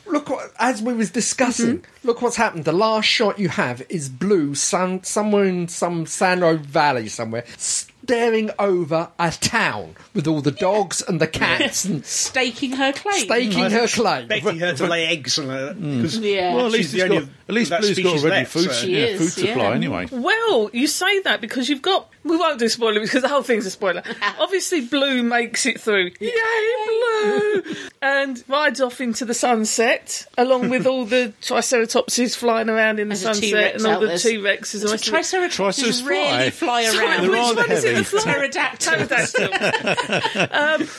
Speaker 5: look what, as we was discussing
Speaker 4: Mm-hmm.
Speaker 5: look what's happened the last shot you have is blue sun somewhere in some sando valley somewhere staring over a town with all the dogs and the cats and
Speaker 2: Staking her claim.
Speaker 5: staking her claim
Speaker 7: Expecting her to lay eggs and all that. 'cause
Speaker 2: Yeah.
Speaker 7: Well,
Speaker 2: Well,
Speaker 7: at least,
Speaker 1: it's
Speaker 7: the only
Speaker 1: got- at least
Speaker 7: that
Speaker 1: Blue's got
Speaker 7: species
Speaker 1: already
Speaker 7: left,
Speaker 1: food,
Speaker 7: so-
Speaker 1: yeah,
Speaker 2: She
Speaker 1: food
Speaker 2: is, yeah.
Speaker 1: supply anyway.
Speaker 4: Well, you say that because you've got. We won't do spoilers because the whole thing's a spoiler. Obviously, Blue makes it through. Yay, Blue! and rides off into the sunset along with all the Triceratopses flying around in the
Speaker 2: There's a
Speaker 4: sunset
Speaker 2: T-Rex
Speaker 4: and all
Speaker 2: out
Speaker 4: the
Speaker 2: there.
Speaker 4: T Rexes and all that.
Speaker 2: Triceratops
Speaker 1: Triceratops
Speaker 2: rarely fly,
Speaker 1: fly.
Speaker 2: around.
Speaker 1: They're
Speaker 4: Which
Speaker 1: rather
Speaker 4: one is it?
Speaker 1: heavy.
Speaker 4: The fly?
Speaker 2: Pterodactyl.
Speaker 4: Pterodactyl. um,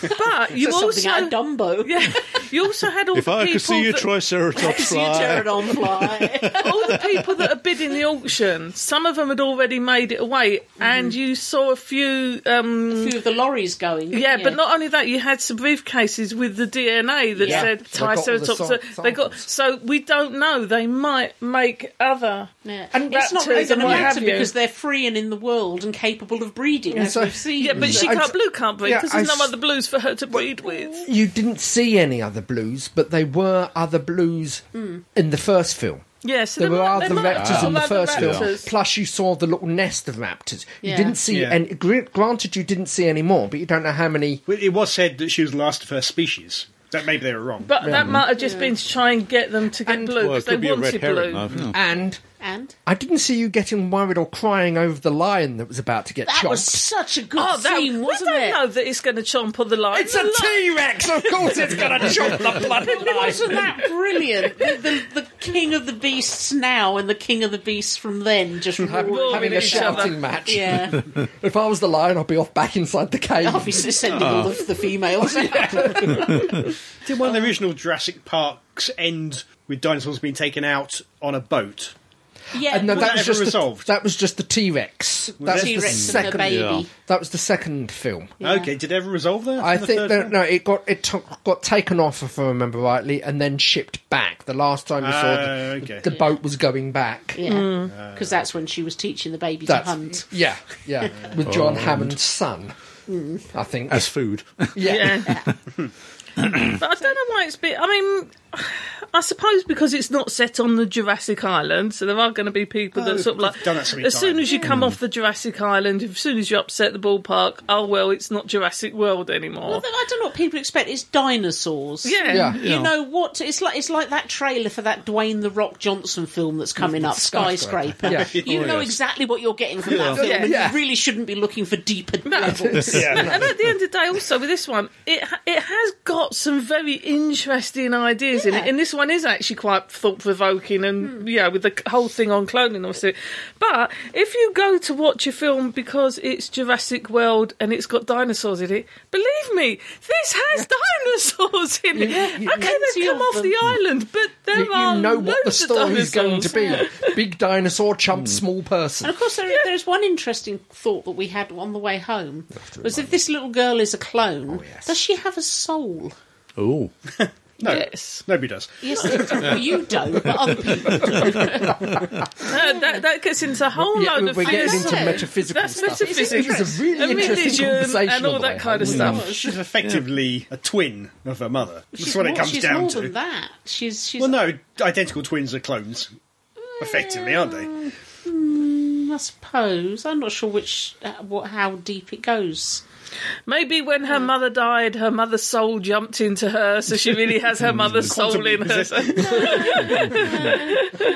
Speaker 4: but you
Speaker 2: Something
Speaker 4: also
Speaker 2: out of Dumbo.
Speaker 4: yeah, you also had all
Speaker 1: If
Speaker 4: the
Speaker 1: I
Speaker 4: people
Speaker 1: could see you
Speaker 4: that-
Speaker 1: Triceratops
Speaker 2: See a
Speaker 1: fly.
Speaker 2: pterodon fly.
Speaker 4: all the people that are bidding the auction. Some of them had already made it away,
Speaker 5: Mm-hmm.
Speaker 4: and you saw a few um,
Speaker 2: a few of the lorries going.
Speaker 4: Yeah, but not only that, you had some briefcases with the DNA that
Speaker 5: Yeah.
Speaker 4: said
Speaker 5: They got all the
Speaker 4: Triceratops.
Speaker 5: sam-
Speaker 4: so they got
Speaker 5: samples.
Speaker 4: so we don't know. They might make other.
Speaker 2: Yeah.
Speaker 5: And
Speaker 2: it's not really
Speaker 4: raptors
Speaker 2: going
Speaker 4: and
Speaker 2: to
Speaker 4: what
Speaker 2: matter
Speaker 4: have you.
Speaker 2: because they're free and in the world and capable of breeding, as
Speaker 5: so-
Speaker 2: we've seen.
Speaker 4: Yeah, but she
Speaker 5: I-
Speaker 4: can't. Blue can't breed
Speaker 5: yeah,
Speaker 4: because
Speaker 5: I
Speaker 4: there's no
Speaker 5: s-
Speaker 4: other blues for her to breed with.
Speaker 5: you didn't see any other blues but they were other blues in the first film
Speaker 4: Yeah, Mm. so
Speaker 5: there
Speaker 4: they
Speaker 5: were
Speaker 4: might-
Speaker 5: other
Speaker 4: they might
Speaker 5: raptors
Speaker 4: have
Speaker 5: in the
Speaker 4: other
Speaker 5: first film.
Speaker 4: raptors.
Speaker 5: Plus, you saw the little nest of raptors.
Speaker 2: Yeah.
Speaker 5: You didn't see,
Speaker 7: Yeah.
Speaker 5: and gr- granted, you didn't see any more, but you don't know how many.
Speaker 7: Well, It was said that she was the last of her species. That maybe they were wrong.
Speaker 4: But that might have just been to try and get them to get blue
Speaker 1: Well, it
Speaker 4: because they
Speaker 1: could be a red
Speaker 4: wanted
Speaker 1: herring.
Speaker 4: blue.
Speaker 1: I've- no.
Speaker 5: And
Speaker 2: And
Speaker 5: I didn't see you getting worried or crying over the lion that was about to get
Speaker 2: that
Speaker 5: chopped.
Speaker 2: was such a good
Speaker 4: Oh, that
Speaker 2: scene, wasn't
Speaker 4: we don't
Speaker 2: it?
Speaker 4: know that it's going to chomp on the line.
Speaker 5: It's a T Rex, of course it's gonna chop the bloody
Speaker 2: Wasn't
Speaker 5: lion.
Speaker 2: that brilliant? The, the, the king of the beasts now and the king of the beasts from then just roaring.
Speaker 5: Having a
Speaker 4: each other.
Speaker 5: shouting match.
Speaker 2: Yeah,
Speaker 5: If I was the lion, I'd be off back inside the cave.
Speaker 2: obviously sending
Speaker 5: Ah.
Speaker 2: all of the females out. Oh.
Speaker 7: Did one of the original Jurassic Parks end with dinosaurs being taken out on a boat.
Speaker 2: Yeah,
Speaker 5: And no,
Speaker 7: Was
Speaker 5: that
Speaker 7: that
Speaker 5: was
Speaker 7: ever
Speaker 5: just
Speaker 7: resolved?
Speaker 5: The, that was just the T Rex. That's
Speaker 2: T
Speaker 5: the
Speaker 2: Rex and the
Speaker 5: second.
Speaker 2: baby.
Speaker 1: Yeah.
Speaker 5: That was the second film.
Speaker 7: Okay, did they ever resolve that?
Speaker 5: I
Speaker 7: in the
Speaker 5: think
Speaker 7: third
Speaker 5: that,
Speaker 7: film?
Speaker 5: no, it got it took, got taken off if I remember rightly, and then shipped back. The last time we saw the,
Speaker 7: Ah, okay.
Speaker 5: the boat was going back.
Speaker 2: Yeah, because that's when she was teaching the baby
Speaker 5: That's-
Speaker 2: to hunt.
Speaker 5: yeah, yeah, with John Hammond's son,
Speaker 2: Mm.
Speaker 5: I think.
Speaker 1: as food.
Speaker 5: yeah.
Speaker 4: Yeah. but I don't know why it's been. I mean, I suppose because it's not set on the Jurassic Island, so there are going to be people that
Speaker 7: Oh,
Speaker 4: sort of like.
Speaker 7: we've done that so many
Speaker 4: as soon
Speaker 7: times.
Speaker 4: as you come off the Jurassic Island, as soon as you upset the ballpark, oh well, it's not Jurassic World anymore.
Speaker 2: Well, then I don't know what people expect. It's dinosaurs.
Speaker 4: yeah.
Speaker 5: Yeah.
Speaker 2: You know what? It's like it's like that trailer for that Dwayne the Rock Johnson film that's coming up, Skyscraper.
Speaker 5: Yeah. Oh,
Speaker 2: You know exactly what you're getting from that film,
Speaker 4: Yeah.
Speaker 2: and
Speaker 5: Yeah.
Speaker 2: you really shouldn't be looking for deeper levels.
Speaker 4: And at the end of the day, also with this one, it ha- it has got some very interesting ideas in
Speaker 2: Yeah.
Speaker 4: it, and this one is actually quite thought provoking,
Speaker 5: Hmm.
Speaker 4: and yeah, with the c- whole thing on cloning, obviously. But if you go to watch a film because it's Jurassic World and it's got dinosaurs in it, believe me, this has dinosaurs in it.
Speaker 5: you-
Speaker 4: okay,
Speaker 2: Plenty
Speaker 4: they've come
Speaker 2: of
Speaker 4: off
Speaker 2: them.
Speaker 4: the island, but there
Speaker 5: You,
Speaker 4: are
Speaker 5: you know what the
Speaker 4: loads of
Speaker 5: story is going to
Speaker 4: dinosaurs.
Speaker 5: be. Big dinosaur, chump, small person.
Speaker 2: And of course, there, there's one interesting thought that we had on the way home was if this little girl is a clone,
Speaker 7: Oh,
Speaker 2: does she have a soul?
Speaker 1: Oh,
Speaker 7: No,
Speaker 4: Yes.
Speaker 7: nobody does.
Speaker 2: Yes, they do. Well, you don't, but other people
Speaker 4: Uh, that, that gets into a whole
Speaker 5: Yeah,
Speaker 4: load
Speaker 5: we're
Speaker 4: of
Speaker 5: getting
Speaker 4: things.
Speaker 5: into
Speaker 2: Yeah.
Speaker 5: metaphysical
Speaker 4: That's
Speaker 5: stuff.
Speaker 4: metaphysics.
Speaker 5: It was a really
Speaker 4: And
Speaker 5: interesting
Speaker 4: religion
Speaker 5: conversation
Speaker 4: and all
Speaker 5: on the
Speaker 4: that
Speaker 5: way
Speaker 4: kind of
Speaker 5: home.
Speaker 4: stuff.
Speaker 7: She's effectively a twin of her mother. That's
Speaker 2: She's
Speaker 7: what
Speaker 2: more-
Speaker 7: it comes
Speaker 2: she's
Speaker 7: down
Speaker 2: more
Speaker 7: to.
Speaker 2: than that. She's she's
Speaker 7: Well, no, identical twins are clones, effectively, aren't they?
Speaker 2: hmm, I suppose I'm not sure which uh, what how deep it goes.
Speaker 4: Maybe when her mother died, her mother's soul jumped into her, so she really has her mother's soul in her.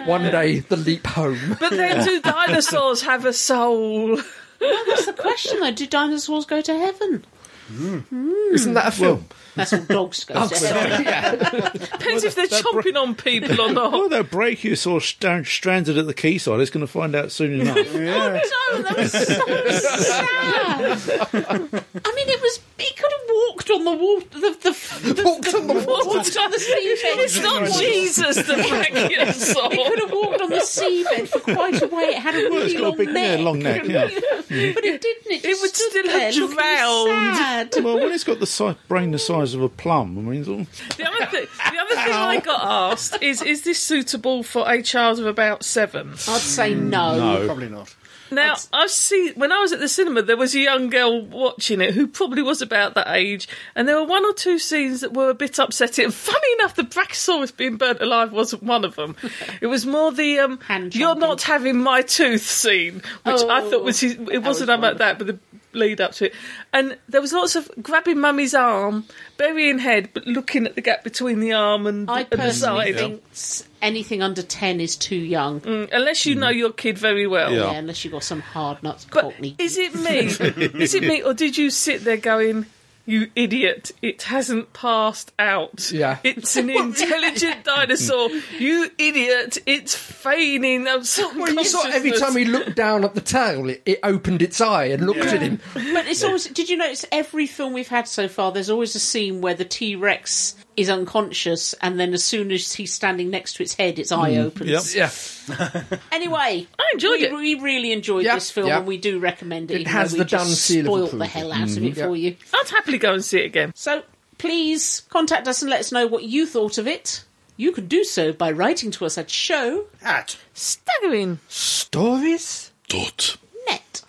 Speaker 5: One day, the leap home.
Speaker 4: But then, do dinosaurs have a soul?
Speaker 2: That's the question, though. Do dinosaurs go to heaven?
Speaker 5: Isn't that a film?
Speaker 2: That's all dogs go to heaven.
Speaker 4: Depends if they're chomping on people or
Speaker 1: well,
Speaker 4: not.
Speaker 1: they'll break you sort of stand- stranded at the quayside. It's going to find out soon enough.
Speaker 2: Oh no, that was so sad. I mean, it was. He could have walked on the water. The, the, the,
Speaker 5: Walked on the water.
Speaker 2: Walked on the
Speaker 4: It's
Speaker 2: seabed.
Speaker 4: not Jesus that drank your
Speaker 2: It could
Speaker 4: soul.
Speaker 2: have walked on the seabed for quite a way. It had a
Speaker 1: it's
Speaker 2: really
Speaker 1: got a
Speaker 2: long,
Speaker 1: big- yeah,
Speaker 2: neck.
Speaker 1: long neck, yeah.
Speaker 2: but it didn't. It, just
Speaker 4: would
Speaker 2: stood
Speaker 4: still
Speaker 2: there
Speaker 4: have
Speaker 2: looking
Speaker 4: drowned.
Speaker 2: sad.
Speaker 1: well, when it's got the si- brain the size of a plum, I mean, it's all-
Speaker 4: The other, thing, the other thing I got asked is: Is this suitable for a child of about seven?
Speaker 2: I'd say no.
Speaker 7: Probably not.
Speaker 4: Now, I've seen when I was at the cinema, there was a young girl watching it who probably was about that age, and there were one or two scenes that were a bit upsetting. Funny enough, the Brachiosaurus being burnt alive wasn't one of them. It was more the um,
Speaker 2: Hand
Speaker 4: "You're
Speaker 2: chomping.
Speaker 4: not having my tooth" scene, which I
Speaker 2: Oh,
Speaker 4: thought was his, it
Speaker 2: was
Speaker 4: wasn't about that, but the lead up to it. And there was lots of grabbing mummy's arm, burying head, but looking at the gap between the arm and,
Speaker 2: I
Speaker 4: and the
Speaker 2: personally
Speaker 4: side. Mm,
Speaker 2: think s- anything under ten is too young.
Speaker 4: Unless you know your kid very well.
Speaker 1: Yeah.
Speaker 2: Mm. Yeah, unless you got some hard nuts,
Speaker 4: But
Speaker 2: Cockney.
Speaker 4: is it me? is it me, or did you sit there going, "You idiot! It hasn't passed out.
Speaker 5: Yeah.
Speaker 4: it's an intelligent dinosaur. You idiot! It's feigning of some
Speaker 5: Well, you saw every time he looked down at the tail, it, it opened its eye and looked at him.
Speaker 2: But it's always. Did you notice every film we've had so far? There's always a scene where the T Rex is unconscious, and then as soon as he's standing next to its head, its eye
Speaker 5: Mm.
Speaker 2: opens.
Speaker 1: Yep.
Speaker 5: Yeah,
Speaker 2: Anyway,
Speaker 4: I enjoyed
Speaker 2: we,
Speaker 4: it.
Speaker 2: We really enjoyed
Speaker 5: Yeah,
Speaker 2: this film,
Speaker 5: yeah.
Speaker 2: and we do recommend it.
Speaker 5: It
Speaker 2: even
Speaker 5: has
Speaker 2: though we
Speaker 5: the
Speaker 2: just
Speaker 5: done seal of
Speaker 2: spoilt the
Speaker 5: approval. Mm-hmm.
Speaker 2: hell out of it
Speaker 5: yeah.
Speaker 2: for you.
Speaker 4: I'd happily go and see it again.
Speaker 2: So please contact us and let us know what you thought of it. You can do so by writing to us at show
Speaker 7: At
Speaker 4: Staggering.
Speaker 5: stories.
Speaker 1: dot.
Speaker 2: net.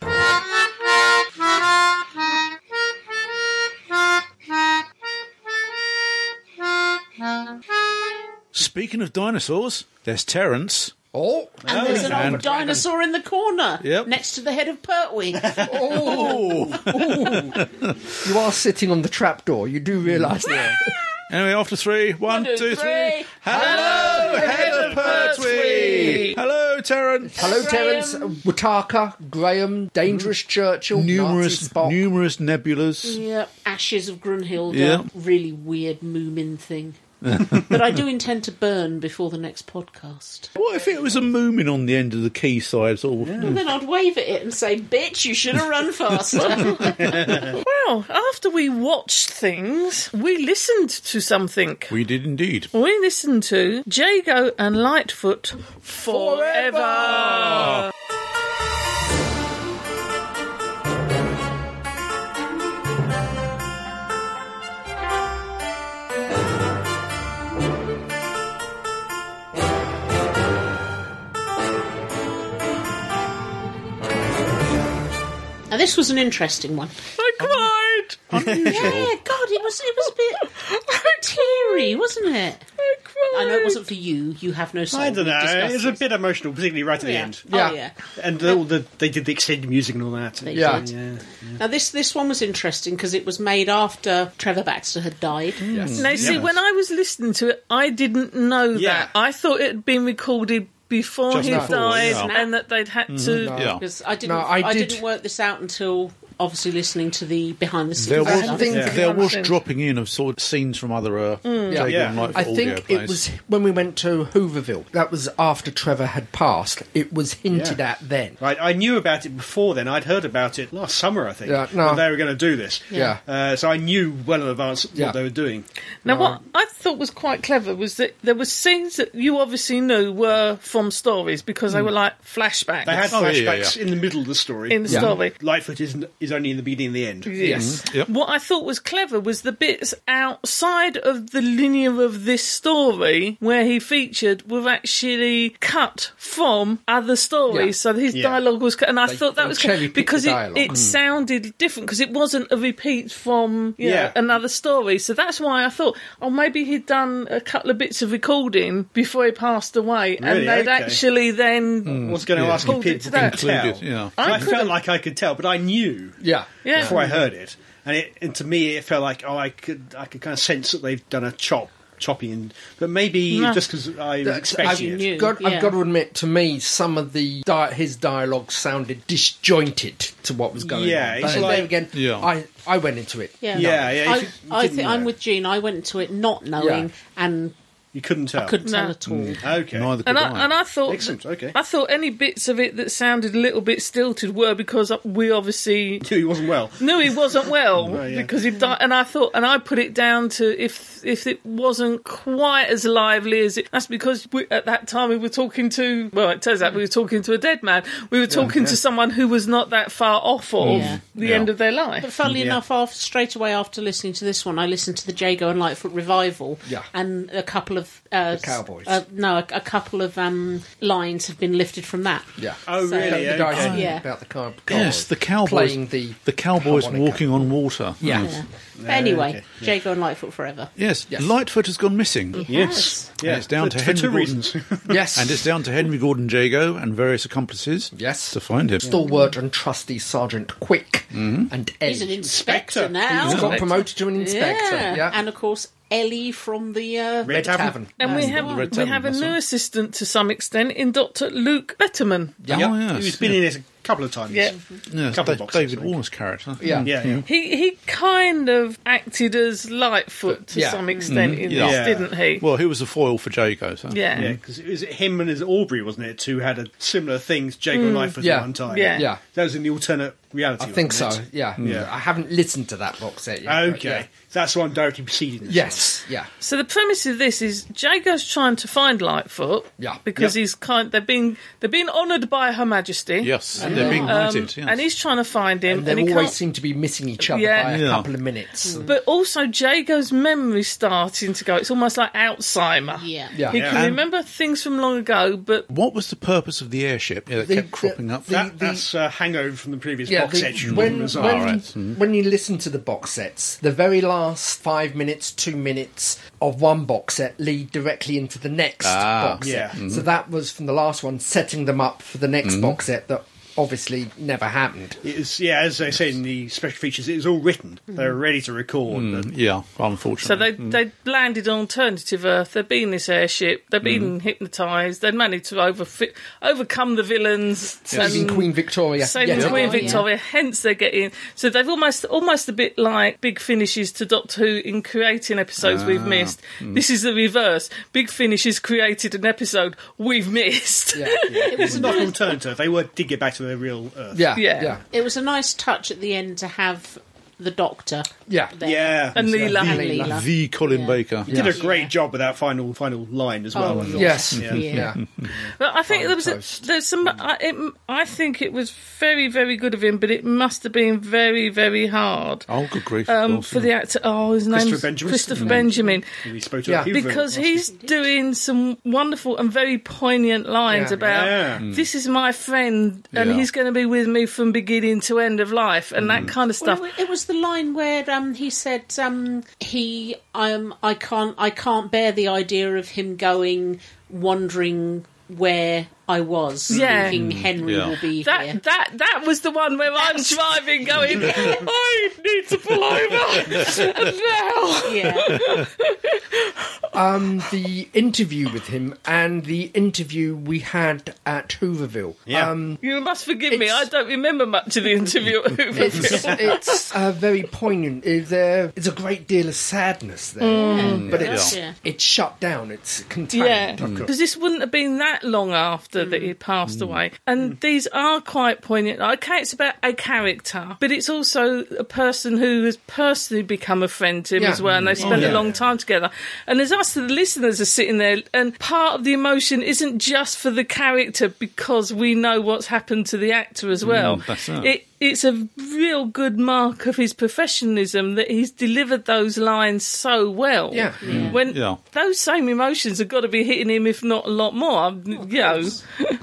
Speaker 1: Speaking of dinosaurs, there's Terence.
Speaker 5: Oh,
Speaker 2: And there's an
Speaker 1: And-
Speaker 2: old dinosaur in the corner
Speaker 1: Yep.
Speaker 2: next to the head of Pertwee.
Speaker 1: Oh,
Speaker 5: you are sitting on the trapdoor. You do realise that.
Speaker 1: anyway, after three, one,
Speaker 2: Two,
Speaker 1: two, three.
Speaker 2: three.
Speaker 1: Hello, Heather Pertwee. Hello, Terence.
Speaker 5: Hello,
Speaker 2: Graham.
Speaker 5: Terence, Wataka, Graham, Dangerous Churchill, Nazi
Speaker 1: Numerous,
Speaker 5: Spock.
Speaker 1: numerous nebulas.
Speaker 2: Yeah, ashes of Grunhilda.
Speaker 1: Yeah.
Speaker 2: Really weird Moomin thing. but I do intend to burn before the next podcast.
Speaker 1: What if it was a Moomin on the end of the quayside? Sort of.
Speaker 2: And then I'd wave at it and say, "Bitch, you should have run faster."
Speaker 4: Well, after we watched things, we listened to something.
Speaker 1: We did indeed.
Speaker 4: We listened to Jago and Lightfoot forever.
Speaker 2: now this was an interesting one.
Speaker 4: I cried.
Speaker 2: Yeah, God, it was it was a bit teary, wasn't it?
Speaker 4: I cried.
Speaker 2: I know it wasn't for you. You have no soul.
Speaker 7: I don't
Speaker 2: We've
Speaker 7: know.
Speaker 2: discussed
Speaker 7: It's a
Speaker 2: this.
Speaker 7: bit emotional, particularly right at the
Speaker 2: Yeah.
Speaker 7: end.
Speaker 2: Oh yeah.
Speaker 7: And all the they did the extended music and all that.
Speaker 2: They
Speaker 5: Yeah.
Speaker 2: did. Now this this one was interesting because it was made after Trevor Baxter had died.
Speaker 4: Now, see, when I was listening to it, I didn't know
Speaker 7: Yeah.
Speaker 4: that. I thought it had been recorded before
Speaker 7: Just
Speaker 4: he
Speaker 7: before, Mm-hmm.
Speaker 4: died
Speaker 2: yeah.
Speaker 4: and that they'd had to.
Speaker 1: Yeah.
Speaker 2: Because I didn't
Speaker 5: No,
Speaker 2: I,
Speaker 5: I did-
Speaker 2: didn't work this out until obviously listening to the behind the
Speaker 1: There
Speaker 2: scenes.
Speaker 1: was
Speaker 5: I
Speaker 2: stuff.
Speaker 5: think,
Speaker 1: there was
Speaker 4: Yeah.
Speaker 1: dropping in of sort of scenes from other
Speaker 4: Mm.
Speaker 1: uh, Jago
Speaker 7: Yeah.
Speaker 1: and Lightfoot
Speaker 5: I
Speaker 1: audio
Speaker 5: think it
Speaker 1: plays.
Speaker 5: was when we went to Hooverville. That was after Trevor had passed. It was hinted
Speaker 7: Yeah.
Speaker 5: at then.
Speaker 7: Right, I knew about it before then. I'd heard about it last summer, I think.
Speaker 5: Yeah, no.
Speaker 7: when they were going to do this.
Speaker 5: Yeah.
Speaker 7: Uh, so I knew well in advance what
Speaker 5: Yeah.
Speaker 7: they were doing.
Speaker 4: Now, what I thought was quite clever was that there were scenes that you obviously knew were from stories because they were like flashbacks
Speaker 7: Mm. They had
Speaker 1: Oh, yeah, yeah,
Speaker 7: flashbacks in the middle of the story.
Speaker 4: in the
Speaker 5: Yeah.
Speaker 4: story.
Speaker 7: Lightfoot is, is only in the beginning and the end.
Speaker 4: Yes.
Speaker 1: Yep.
Speaker 4: Mm-hmm. What I thought was clever was the bits outside of the linear of this story where he featured were actually cut from other stories.
Speaker 5: Yeah.
Speaker 4: So his
Speaker 7: Yeah.
Speaker 4: dialogue was cut, and I thought that
Speaker 5: they
Speaker 4: was clever
Speaker 5: cherry-picked
Speaker 4: because
Speaker 5: the
Speaker 4: it,
Speaker 5: dialogue.
Speaker 4: it sounded different because it wasn't a repeat from you know,
Speaker 7: Yeah.
Speaker 4: another story. So that's why I thought, oh, maybe he'd done a couple of bits of recording before he passed away,
Speaker 7: Really?
Speaker 4: and they'd
Speaker 7: Okay. Mm.
Speaker 4: actually then.
Speaker 7: I was going to ask
Speaker 4: Pulled
Speaker 7: if
Speaker 4: it to
Speaker 7: people
Speaker 4: that.
Speaker 7: can tell.
Speaker 1: Included, yeah.
Speaker 7: I, felt like I could tell, but I knew
Speaker 5: Yeah.
Speaker 4: Yeah.
Speaker 7: before I heard it. And, it, and to me, it felt like oh, I could I could kind of sense that they've done a chop, choppy, and but maybe
Speaker 4: No.
Speaker 7: just because I was
Speaker 5: I've,
Speaker 7: expecting it.
Speaker 2: knew.
Speaker 5: got,
Speaker 2: yeah.
Speaker 5: I've got to admit, to me, some of the di- his dialogue sounded disjointed to what was going
Speaker 7: Yeah,
Speaker 5: on.
Speaker 7: it's
Speaker 5: But
Speaker 7: like-
Speaker 5: there again,
Speaker 1: Yeah.
Speaker 5: I, I went into it.
Speaker 2: Yeah,
Speaker 7: Yeah, yeah, if
Speaker 2: I,
Speaker 7: you- you
Speaker 2: I
Speaker 7: didn't
Speaker 2: think I'm
Speaker 7: know.
Speaker 2: with Jean. I went into it not knowing and
Speaker 7: You couldn't tell.
Speaker 2: couldn't tell
Speaker 4: No.
Speaker 2: at all.
Speaker 7: Okay.
Speaker 1: Neither could
Speaker 4: And
Speaker 1: I.
Speaker 4: I, and I thought,
Speaker 7: Excellent, okay.
Speaker 4: I thought any bits of it that sounded a little bit stilted were because we obviously
Speaker 7: knew he wasn't well.
Speaker 4: No, he wasn't well
Speaker 7: yeah.
Speaker 4: because he died. And I thought, and I put it down to if if it wasn't quite as lively as it. That's because we, at that time we were talking to. Well, it turns out we were talking to a dead man. We were talking to someone who was not that far off of
Speaker 2: Yeah.
Speaker 4: the
Speaker 1: Yeah.
Speaker 4: end of their
Speaker 2: But
Speaker 4: life.
Speaker 2: funnily enough, after, straight away after listening to this one, I listened to the Jago and Lightfoot revival.
Speaker 5: Yeah.
Speaker 2: And a couple of. Uh,
Speaker 5: The Cowboys.
Speaker 2: s- Uh, no, a, a couple of um, lines have been lifted from that.
Speaker 5: Yeah.
Speaker 7: Oh,
Speaker 2: So-
Speaker 7: really?
Speaker 5: The guy
Speaker 7: Okay.
Speaker 5: singing
Speaker 2: Yeah.
Speaker 5: about the car.
Speaker 1: yes, the cowboys.
Speaker 5: Playing the,
Speaker 1: the cowboys
Speaker 5: harmonica.
Speaker 1: walking on water.
Speaker 5: Yeah.
Speaker 2: Yeah. But anyway, Jago and Lightfoot forever.
Speaker 1: Yes.
Speaker 5: Yes.
Speaker 1: Lightfoot has gone missing.
Speaker 7: Yes.
Speaker 1: And it's down to
Speaker 7: for, for
Speaker 1: Henry
Speaker 7: two
Speaker 1: Gordon.
Speaker 7: reasons.
Speaker 5: Yes.
Speaker 1: And it's down to Henry Gordon Jago and various accomplices
Speaker 5: Yes.
Speaker 1: to find him.
Speaker 5: stalwart and trusty Sergeant Quick and Ed.
Speaker 2: He's an inspector,
Speaker 7: Inspector.
Speaker 2: now.
Speaker 5: He's got promoted to an inspector.
Speaker 2: Yeah.
Speaker 5: Yeah.
Speaker 2: And of course, Ellie from the. Uh,
Speaker 7: Red Tavern.
Speaker 4: And we have
Speaker 1: Red
Speaker 4: we
Speaker 1: Tavern,
Speaker 4: have a
Speaker 1: that's
Speaker 4: new
Speaker 1: all.
Speaker 4: assistant to some extent in Doctor Luke Letterman.
Speaker 5: Yeah.
Speaker 1: Oh,
Speaker 7: Yep.
Speaker 1: yes.
Speaker 7: He's been in it a couple of times.
Speaker 4: Yeah.
Speaker 1: Yes,
Speaker 7: couple
Speaker 1: Da-
Speaker 7: of boxes, I
Speaker 1: David
Speaker 7: think.
Speaker 1: Warner's character.
Speaker 5: Yeah.
Speaker 7: Yeah, yeah.
Speaker 4: He he kind of acted as Lightfoot to
Speaker 5: Yeah.
Speaker 4: some extent in
Speaker 1: Yeah.
Speaker 4: this,
Speaker 7: Yeah.
Speaker 4: didn't he?
Speaker 1: Hmm. Well, he was a foil for Jago. So.
Speaker 4: yeah.
Speaker 7: Yeah, because it was him and his Aubrey, wasn't it, who had a similar thing, Jago and Lightfoot
Speaker 5: Mm, yeah.
Speaker 7: at one time.
Speaker 4: Yeah.
Speaker 5: Yeah.
Speaker 7: That was in the alternate reality.
Speaker 5: I think so.
Speaker 7: wasn't it?
Speaker 5: Yeah.
Speaker 4: Hmm.
Speaker 7: Yeah.
Speaker 5: I haven't listened to that box set yet. but
Speaker 7: Okay.
Speaker 5: yeah.
Speaker 7: So that's the one directly preceding this
Speaker 5: Yes. Yeah.
Speaker 4: So the premise of this is Jago's trying to find Lightfoot.
Speaker 5: Yeah.
Speaker 4: Because
Speaker 7: Yep.
Speaker 4: he's kind they're being they're being honoured by Her Majesty.
Speaker 1: Yes, they're being
Speaker 4: Um,
Speaker 1: knighted. yes.
Speaker 4: And he's trying to find him
Speaker 5: And
Speaker 4: and,
Speaker 5: they
Speaker 4: he
Speaker 5: always
Speaker 4: can't
Speaker 5: seem to be missing each other
Speaker 4: Yeah. Hmm.
Speaker 5: by a
Speaker 1: Yeah.
Speaker 5: couple of minutes.
Speaker 4: but also Jago's memory's starting to go. It's almost like Alzheimer.
Speaker 2: Yeah.
Speaker 5: Yeah.
Speaker 4: He can
Speaker 1: And-
Speaker 4: remember things from long ago, but
Speaker 1: What was the purpose of the airship? Yeah, that
Speaker 5: The-
Speaker 1: kept cropping up.
Speaker 5: the-
Speaker 7: one. That, that's uh, hangover from the previous
Speaker 5: Yeah,
Speaker 7: box
Speaker 5: the-
Speaker 7: set. You
Speaker 5: when,
Speaker 7: remember.
Speaker 5: when,
Speaker 1: All right.
Speaker 5: when you listen to the box sets, the very last five minutes, two minutes of one box set lead directly into
Speaker 4: Ah.
Speaker 5: the next box set.
Speaker 7: yeah. Mhm.
Speaker 4: Hmm.
Speaker 5: So that was from the last one, setting them up for the next box set that obviously never happened.
Speaker 7: It is, yeah, as I say in the special features, it is all written.
Speaker 5: Hmm.
Speaker 7: They're ready to record. and
Speaker 1: Yeah,
Speaker 4: So
Speaker 1: unfortunately.
Speaker 4: they
Speaker 5: Mm.
Speaker 4: they landed on alternative Earth. They've been in this airship. They've
Speaker 5: Mm.
Speaker 4: been hypnotised. They've managed to overfi- overcome the villains.
Speaker 5: Saving Queen Victoria.
Speaker 4: Saving
Speaker 5: Yeah.
Speaker 4: Queen
Speaker 2: Oh, yeah.
Speaker 4: Victoria. Hence they're getting. So they've almost almost a bit like big finishes to Doctor Who in creating episodes
Speaker 5: Ah.
Speaker 4: we've missed.
Speaker 5: Mm.
Speaker 4: This is the reverse. Big finishes created an episode we've missed.
Speaker 5: Yeah, yeah,
Speaker 2: It was,
Speaker 7: It's not alternative. They were did get back to their real Earth.
Speaker 5: yeah,
Speaker 4: Yeah.
Speaker 5: yeah.
Speaker 2: it was a nice touch at the end to have the doctor
Speaker 5: yeah.
Speaker 2: there.
Speaker 7: Yeah.
Speaker 4: And
Speaker 5: uh,
Speaker 7: Yeah.
Speaker 4: Leela.
Speaker 2: And
Speaker 7: Leela.
Speaker 2: Leela.
Speaker 1: the Colin Baker.
Speaker 7: Did a
Speaker 2: Yeah.
Speaker 7: great job with that final final line as well.
Speaker 2: Oh,
Speaker 7: I thought.
Speaker 5: Yes.
Speaker 7: Yeah.
Speaker 5: Yeah.
Speaker 4: But I think there was a,
Speaker 5: toast.
Speaker 4: there's some. I, it, I think it was very very good of him, but it must have been very very hard.
Speaker 1: Oh, good grief. of
Speaker 4: um,
Speaker 1: course,
Speaker 4: for
Speaker 1: yeah.
Speaker 4: the actor. Oh, his name's
Speaker 7: Christopher Benjamin.
Speaker 4: Christopher
Speaker 7: Mm.
Speaker 4: Benjamin.
Speaker 7: We spoke to
Speaker 5: Yeah.
Speaker 7: a few of them
Speaker 4: Because
Speaker 7: last
Speaker 4: he's doing some wonderful and very poignant lines
Speaker 5: Yeah.
Speaker 4: about
Speaker 7: Yeah.
Speaker 4: this is my friend and
Speaker 1: Yeah.
Speaker 4: he's going to be with me from beginning to end of life and that kind of stuff.
Speaker 2: Well, it wa- it was the line where um, he said um, he um, I can't I can't bear the idea of him going wondering where I was
Speaker 4: Yeah.
Speaker 2: thinking Henry
Speaker 1: Yeah.
Speaker 2: will be
Speaker 4: that
Speaker 2: here.
Speaker 4: that that was the one where I'm driving, going, I need to pull over now.
Speaker 2: yeah,
Speaker 5: Um, the interview with him and the interview we had at Hooverville.
Speaker 7: Yeah.
Speaker 5: Um,
Speaker 4: You must forgive me. I
Speaker 5: It's-
Speaker 4: don't remember much of the interview.
Speaker 5: it's it's uh, very poignant. Is there? It's a great deal of sadnix there, but it's
Speaker 2: Mm. Yeah.
Speaker 5: it's shut down. It's contained.
Speaker 4: Yeah,
Speaker 5: Mm.
Speaker 7: Mm.
Speaker 4: because this wouldn't have been that long after that he passed away. And
Speaker 5: Mm.
Speaker 4: these are quite poignant. Okay, it's about a character, but it's also a person who has personally become a friend to him
Speaker 5: Yeah.
Speaker 4: as well, and they've spent
Speaker 7: yeah.
Speaker 4: a long time together. And as us, the listeners, are sitting there, and part of the emotion isn't just for the character because we know what's happened to the actor as well.
Speaker 1: that's it.
Speaker 4: It it's a real good mark of his professionalism that he's delivered those lines so well.
Speaker 5: Yeah.
Speaker 4: When
Speaker 1: Yeah.
Speaker 4: those same emotions have got to be hitting him, if not a lot more. I'm- you know,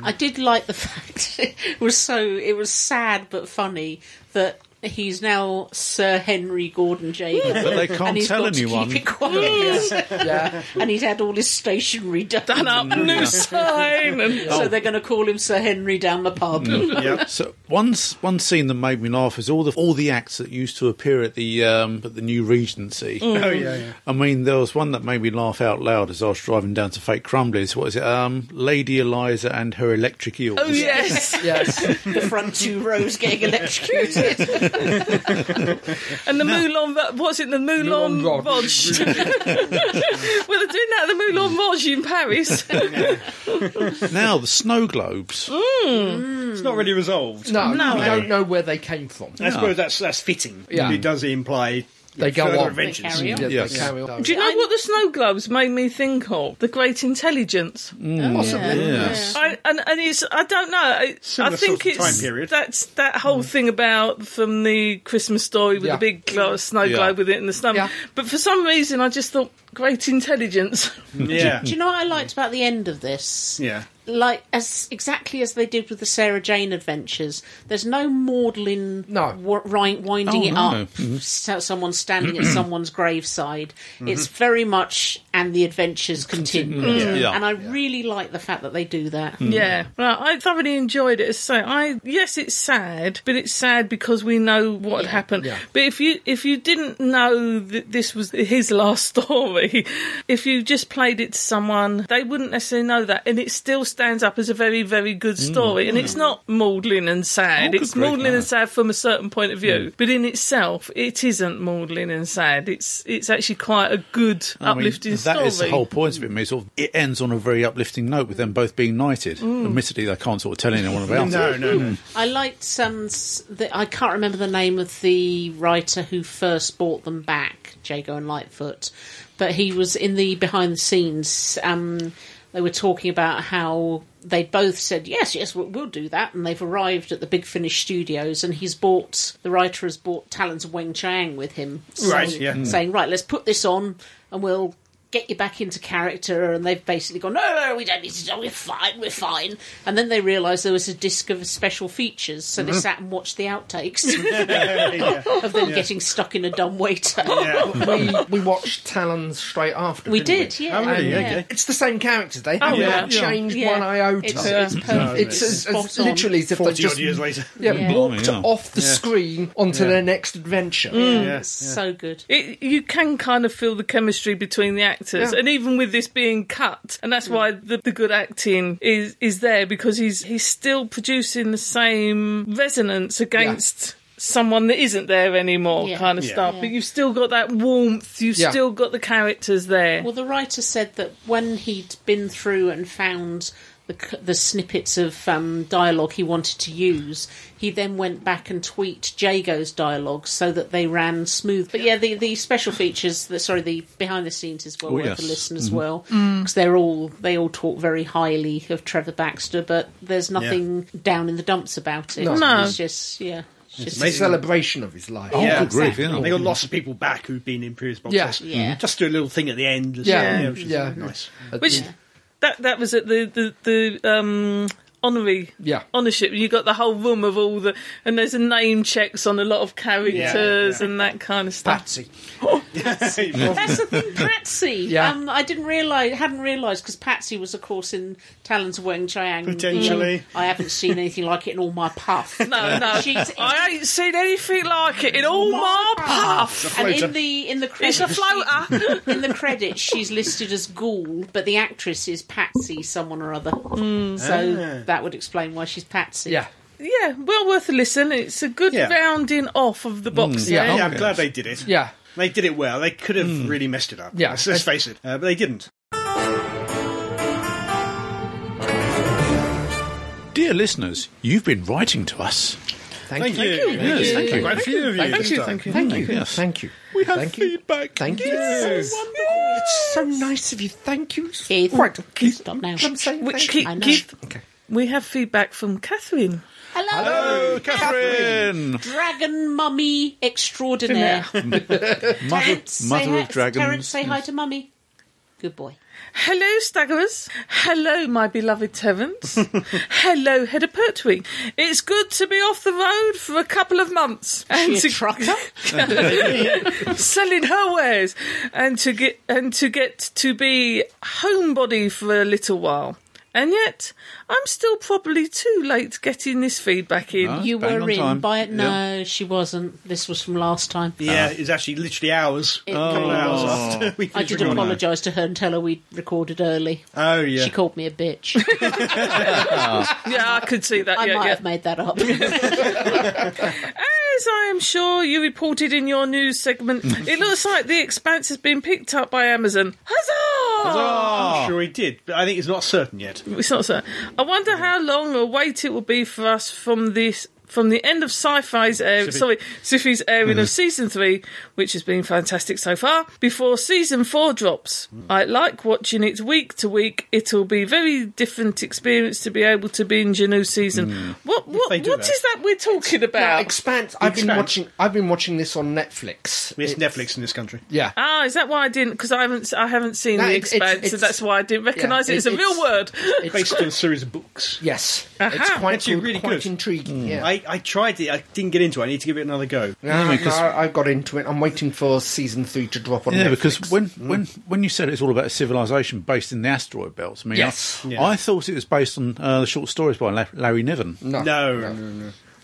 Speaker 2: I did like the fact it was so it was sad but funny that he's now Sir Henry Gordon Jacob.
Speaker 1: But they
Speaker 2: And
Speaker 1: can't
Speaker 2: he's
Speaker 1: tell
Speaker 2: got
Speaker 1: anyone.
Speaker 2: To keep it quiet.
Speaker 5: Yeah.
Speaker 2: and he's had all his stationery done.
Speaker 4: done up a new sign. And,
Speaker 1: Oh.
Speaker 2: So they're going to call him Sir Henry down the pub.
Speaker 1: Mm. So one s- one scene that made me laugh is all the all the acts that used to appear at the um, at the new Regency.
Speaker 2: Mm.
Speaker 7: week. Oh yeah, yeah.
Speaker 1: I mean, there was one that made me laugh out loud as I was driving down to Fake Crumbly's. What is it? Um, Lady Eliza and her electric eels.
Speaker 4: oh yes,
Speaker 5: Yes.
Speaker 2: the front two rows getting electrocuted.
Speaker 4: and the Moulin. Ru- What's it? The Moulin
Speaker 5: Moulin Rouge.
Speaker 4: Rouge. well, they're doing that at the Moulin Rouge in Paris.
Speaker 1: Now the snow globes.
Speaker 2: Mm.
Speaker 7: It's not really resolved.
Speaker 5: No, we don't know where they came from.
Speaker 7: I suppose that's that's fitting.
Speaker 5: Yeah.
Speaker 7: It does imply
Speaker 5: They go
Speaker 7: further
Speaker 5: on.
Speaker 7: adventures.
Speaker 2: They carry on.
Speaker 5: Yeah,
Speaker 1: Yes.
Speaker 5: they carry on.
Speaker 4: Do you know what the snow globes made me think of? The Great Intelligence.
Speaker 1: Yes.
Speaker 4: I, and, and it's I don't know. I,
Speaker 7: Similar
Speaker 4: I think
Speaker 7: sort
Speaker 4: it's
Speaker 7: of time period.
Speaker 4: that's that whole thing about from the Christmas story with
Speaker 5: Yeah.
Speaker 4: the big glo- snow
Speaker 1: Yeah.
Speaker 4: globe with it and the snow.
Speaker 5: Yeah.
Speaker 4: But for some reason, I just thought great intelligence.
Speaker 7: Mm. Yeah.
Speaker 2: Do you know what I liked about the end of this?
Speaker 7: Yeah.
Speaker 2: Like as exactly as they did with the Sarah Jane adventures. There's no maudlin
Speaker 5: No.
Speaker 2: wa- ri- winding
Speaker 1: Oh,
Speaker 2: it
Speaker 1: no.
Speaker 2: up. So someone standing at someone's graveside.
Speaker 1: Mm-hmm.
Speaker 2: It's very much and the adventures continue.
Speaker 1: Yeah. Mm.
Speaker 2: And I really like the fact that they do that.
Speaker 4: yeah, right. I thoroughly enjoyed it. So I yes, it's sad, but it's sad because we know what had happened.
Speaker 5: Yeah.
Speaker 4: But if you if you didn't know that this was his last story, if you just played it to someone, they wouldn't necessarily know that, and it still stands up as a very very good story. And it's not maudlin and sad.
Speaker 1: Mm. Oh, good
Speaker 4: it's
Speaker 1: grief,
Speaker 4: maudlin
Speaker 1: no. Mm.
Speaker 4: and sad from a certain point of view, but in itself, it isn't maudlin and sad. It's it's actually quite a good
Speaker 1: I mean,
Speaker 4: uplifting story.
Speaker 1: That is the whole point of it. It, sort of, it ends on a very uplifting note with them both being knighted.
Speaker 2: Mm.
Speaker 1: Admittedly, they can't sort of tell anyone about it.
Speaker 7: No, no, no.
Speaker 2: Hmm. I liked some. s- The, I can't remember the name of the writer who first bought them back, Jago and Lightfoot, but he was in the behind the scenes. Um, they were talking about how they both said yes, yes, we'll, we'll do that, and they've arrived at the Big Finish Studios, and he's bought the writer has bought Talons of Weng Chang with him,
Speaker 7: Right,
Speaker 2: saying-
Speaker 7: yeah.
Speaker 2: saying right, let's put this on, and we'll get you back into character, and they've basically gone, no, no, we don't need to do. We're fine, we're fine. And then they realised there was a disc of special features, so they sat and watched the outtakes of them getting stuck in a dumb waiter.
Speaker 5: we, we watched Talon straight after.
Speaker 2: we
Speaker 5: didn't
Speaker 2: did, yeah.
Speaker 7: really?
Speaker 2: yeah. Oh,
Speaker 7: Okay.
Speaker 5: It's the same characters. They haven't
Speaker 4: yeah.
Speaker 5: changed
Speaker 2: Yeah.
Speaker 5: one iota.
Speaker 2: It's, uh,
Speaker 5: It's,
Speaker 2: it's perfect.
Speaker 5: as,
Speaker 2: Spot
Speaker 5: as
Speaker 2: on.
Speaker 5: literally as if they
Speaker 7: 40 odd
Speaker 5: just
Speaker 7: years later.
Speaker 5: yeah,
Speaker 2: Yeah.
Speaker 5: walked
Speaker 1: Blimey, yeah.
Speaker 5: off the screen onto their next adventure.
Speaker 7: Yes.
Speaker 2: So good.
Speaker 4: It, you can kind of feel the chemistry between the actors,
Speaker 5: Yeah.
Speaker 4: and even with this being cut, and that's why the, the good acting is is there because he's he's still producing the same resonance against. Someone that isn't there anymore,
Speaker 2: Yeah.
Speaker 4: kind of stuff. But you've still got that warmth. You've
Speaker 5: Yeah.
Speaker 4: still got the characters there.
Speaker 2: Well, the writer said that when he'd been through and found the, c- the snippets of um, dialogue he wanted to use, he then went back and tweaked Jago's dialogue so that they ran smooth. But yeah, the, the special features, the, sorry, the behind the scenes is well
Speaker 1: Oh,
Speaker 2: worth
Speaker 1: yes.
Speaker 2: a listen as well because they're all they all talk very highly of Trevor Baxter, but there's nothing down in the dumps about it.
Speaker 5: No.
Speaker 4: No.
Speaker 2: it's just yeah. It's just
Speaker 5: It's a celebration of his life.
Speaker 1: Oh,
Speaker 7: Yeah.
Speaker 1: good grief,
Speaker 2: Exactly.
Speaker 1: yeah.
Speaker 7: They got lots of people back who've been in previous box
Speaker 5: Yeah.
Speaker 7: sets.
Speaker 2: Yeah.
Speaker 7: Just do a little thing at the end. as
Speaker 5: Yeah.
Speaker 7: well, which is
Speaker 5: Yeah.
Speaker 7: Nice.
Speaker 4: Which
Speaker 5: yeah.
Speaker 4: that that was at the the the um honorary
Speaker 5: Yeah.
Speaker 4: honorship. You got the whole room of all the and there's a name checks on a lot of characters
Speaker 7: Yeah, yeah.
Speaker 4: and that kind of stuff.
Speaker 5: Patsy.
Speaker 2: That's the thing, Patsy.
Speaker 5: Yeah.
Speaker 2: Um, I didn't realize, hadn't realised because Patsy was, of course, in Talons of Wang Chiang.
Speaker 7: Potentially.
Speaker 2: Um, I haven't seen anything like it in all my puff.
Speaker 4: No, no,
Speaker 2: She's-
Speaker 4: I ain't seen anything like it in all my puff.
Speaker 2: And in the in the
Speaker 4: It's
Speaker 2: credits,
Speaker 4: a floater.
Speaker 2: she- in the credits, she's listed as Ghoul, but the actress is Patsy, someone or other.
Speaker 4: Mm.
Speaker 2: So that would explain why she's Patsy.
Speaker 5: Yeah.
Speaker 4: yeah, well worth a listen. It's a good
Speaker 7: Yeah.
Speaker 4: rounding off of the box. set.
Speaker 7: Yeah,
Speaker 5: Yeah.
Speaker 7: I'm glad they did it.
Speaker 5: Yeah. Hmm.
Speaker 7: They did it well. They could have really messed it up.
Speaker 5: Yeah.
Speaker 7: Let's, let's face it. Uh, but they didn't.
Speaker 1: Dear listeners, you've been writing to us.
Speaker 5: Thank, you.
Speaker 7: you.
Speaker 1: Yes, thank you.
Speaker 7: Quite a few of you. this time.
Speaker 5: Thank you.
Speaker 1: Yes.
Speaker 5: Thank you.
Speaker 1: We have
Speaker 5: Thank you.
Speaker 1: feedback.
Speaker 5: Thank you.
Speaker 1: Yes.
Speaker 5: It's so nice of you. Thank you.
Speaker 2: Keith,
Speaker 5: Right.
Speaker 2: Keith, stop now.
Speaker 5: I'm saying
Speaker 4: Which
Speaker 5: thank you.
Speaker 4: keep,
Speaker 2: I know.
Speaker 4: keep
Speaker 5: Okay.
Speaker 4: we have feedback from Catherine.
Speaker 2: Hello,
Speaker 1: Hello, Catherine.
Speaker 2: Dragon Mummy Extraordinaire.
Speaker 1: Mother,
Speaker 2: Terrence, say
Speaker 1: mother
Speaker 2: hi-
Speaker 1: of dragons.
Speaker 2: Terrence, say hi to Mummy. Good boy.
Speaker 4: Hello, Staggerers. Hello, my beloved Terence. Hello, Header Pertwee. It's good to be off the road for a couple of months and
Speaker 2: She a trucker?
Speaker 4: selling her wares, and to get and to get to be homebody for a little while. And yet, I'm still probably too late getting this feedback in.
Speaker 1: No.
Speaker 2: You
Speaker 1: Bang
Speaker 2: were
Speaker 1: on
Speaker 2: in
Speaker 1: time.
Speaker 2: by it. No, she wasn't. This was from last time.
Speaker 5: Ah.
Speaker 7: Yeah, it's actually literally hours.
Speaker 2: It
Speaker 7: A couple of hours
Speaker 2: was.
Speaker 5: Oh.
Speaker 7: after we
Speaker 2: I
Speaker 7: finished
Speaker 2: did
Speaker 7: recording.
Speaker 2: apologise to her and tell her we recorded early.
Speaker 7: Oh, yeah.
Speaker 2: She called me a bitch.
Speaker 4: Yeah, I could see that.
Speaker 2: I
Speaker 4: yeah,
Speaker 2: might
Speaker 4: yeah.
Speaker 2: have made that up.
Speaker 4: As I am sure you reported in your news segment, it looks like The Expanse has been picked up by Amazon. Huzzah!
Speaker 1: Ah.
Speaker 7: I'm sure he did, but I think it's not certain yet.
Speaker 4: It's not so. I wonder how long a wait it will be for us from this. From the end of sci-fi's air, sorry, Sufi's airing
Speaker 7: Mm-hmm.
Speaker 4: of season three, which has been fantastic so far, before season four drops.
Speaker 7: Mm.
Speaker 4: I like watching it week to week. It'll be very different experience to be able to binge a new season. What what
Speaker 7: Mm. they
Speaker 4: what is
Speaker 7: do that.
Speaker 4: that we're talking
Speaker 5: Now,
Speaker 4: about?
Speaker 5: Expanse. I've been
Speaker 7: Expanse.
Speaker 5: watching. I've been watching this on Netflix.
Speaker 7: It's Netflix in this country.
Speaker 5: Yeah.
Speaker 4: Ah, is that why I didn't? Because I haven't, I haven't seen
Speaker 5: No,
Speaker 4: the
Speaker 5: it's-
Speaker 4: Expanse,
Speaker 5: it's-
Speaker 4: so that's why I didn't recognise
Speaker 5: yeah,
Speaker 4: it. It's a
Speaker 5: it's-
Speaker 4: real word.
Speaker 7: Based on a series of books.
Speaker 5: Yes. It's
Speaker 4: Aha.
Speaker 5: quite
Speaker 7: Actually,
Speaker 5: good,
Speaker 7: really
Speaker 5: quite
Speaker 7: good.
Speaker 5: intriguing. Yeah.
Speaker 7: I, I tried it. I didn't get into it. I need to give it another go.
Speaker 5: No,
Speaker 1: Yeah, because-
Speaker 5: no, I got into it. I'm waiting for season three to drop on
Speaker 1: Yeah,
Speaker 5: Netflix.
Speaker 1: because when, when when you said it's all about a civilization based in the asteroid belts, I mean,
Speaker 5: Yes.
Speaker 1: I,
Speaker 7: Yeah.
Speaker 1: I thought it was based on uh, the short stories by La- Larry Niven.
Speaker 5: no.
Speaker 7: No.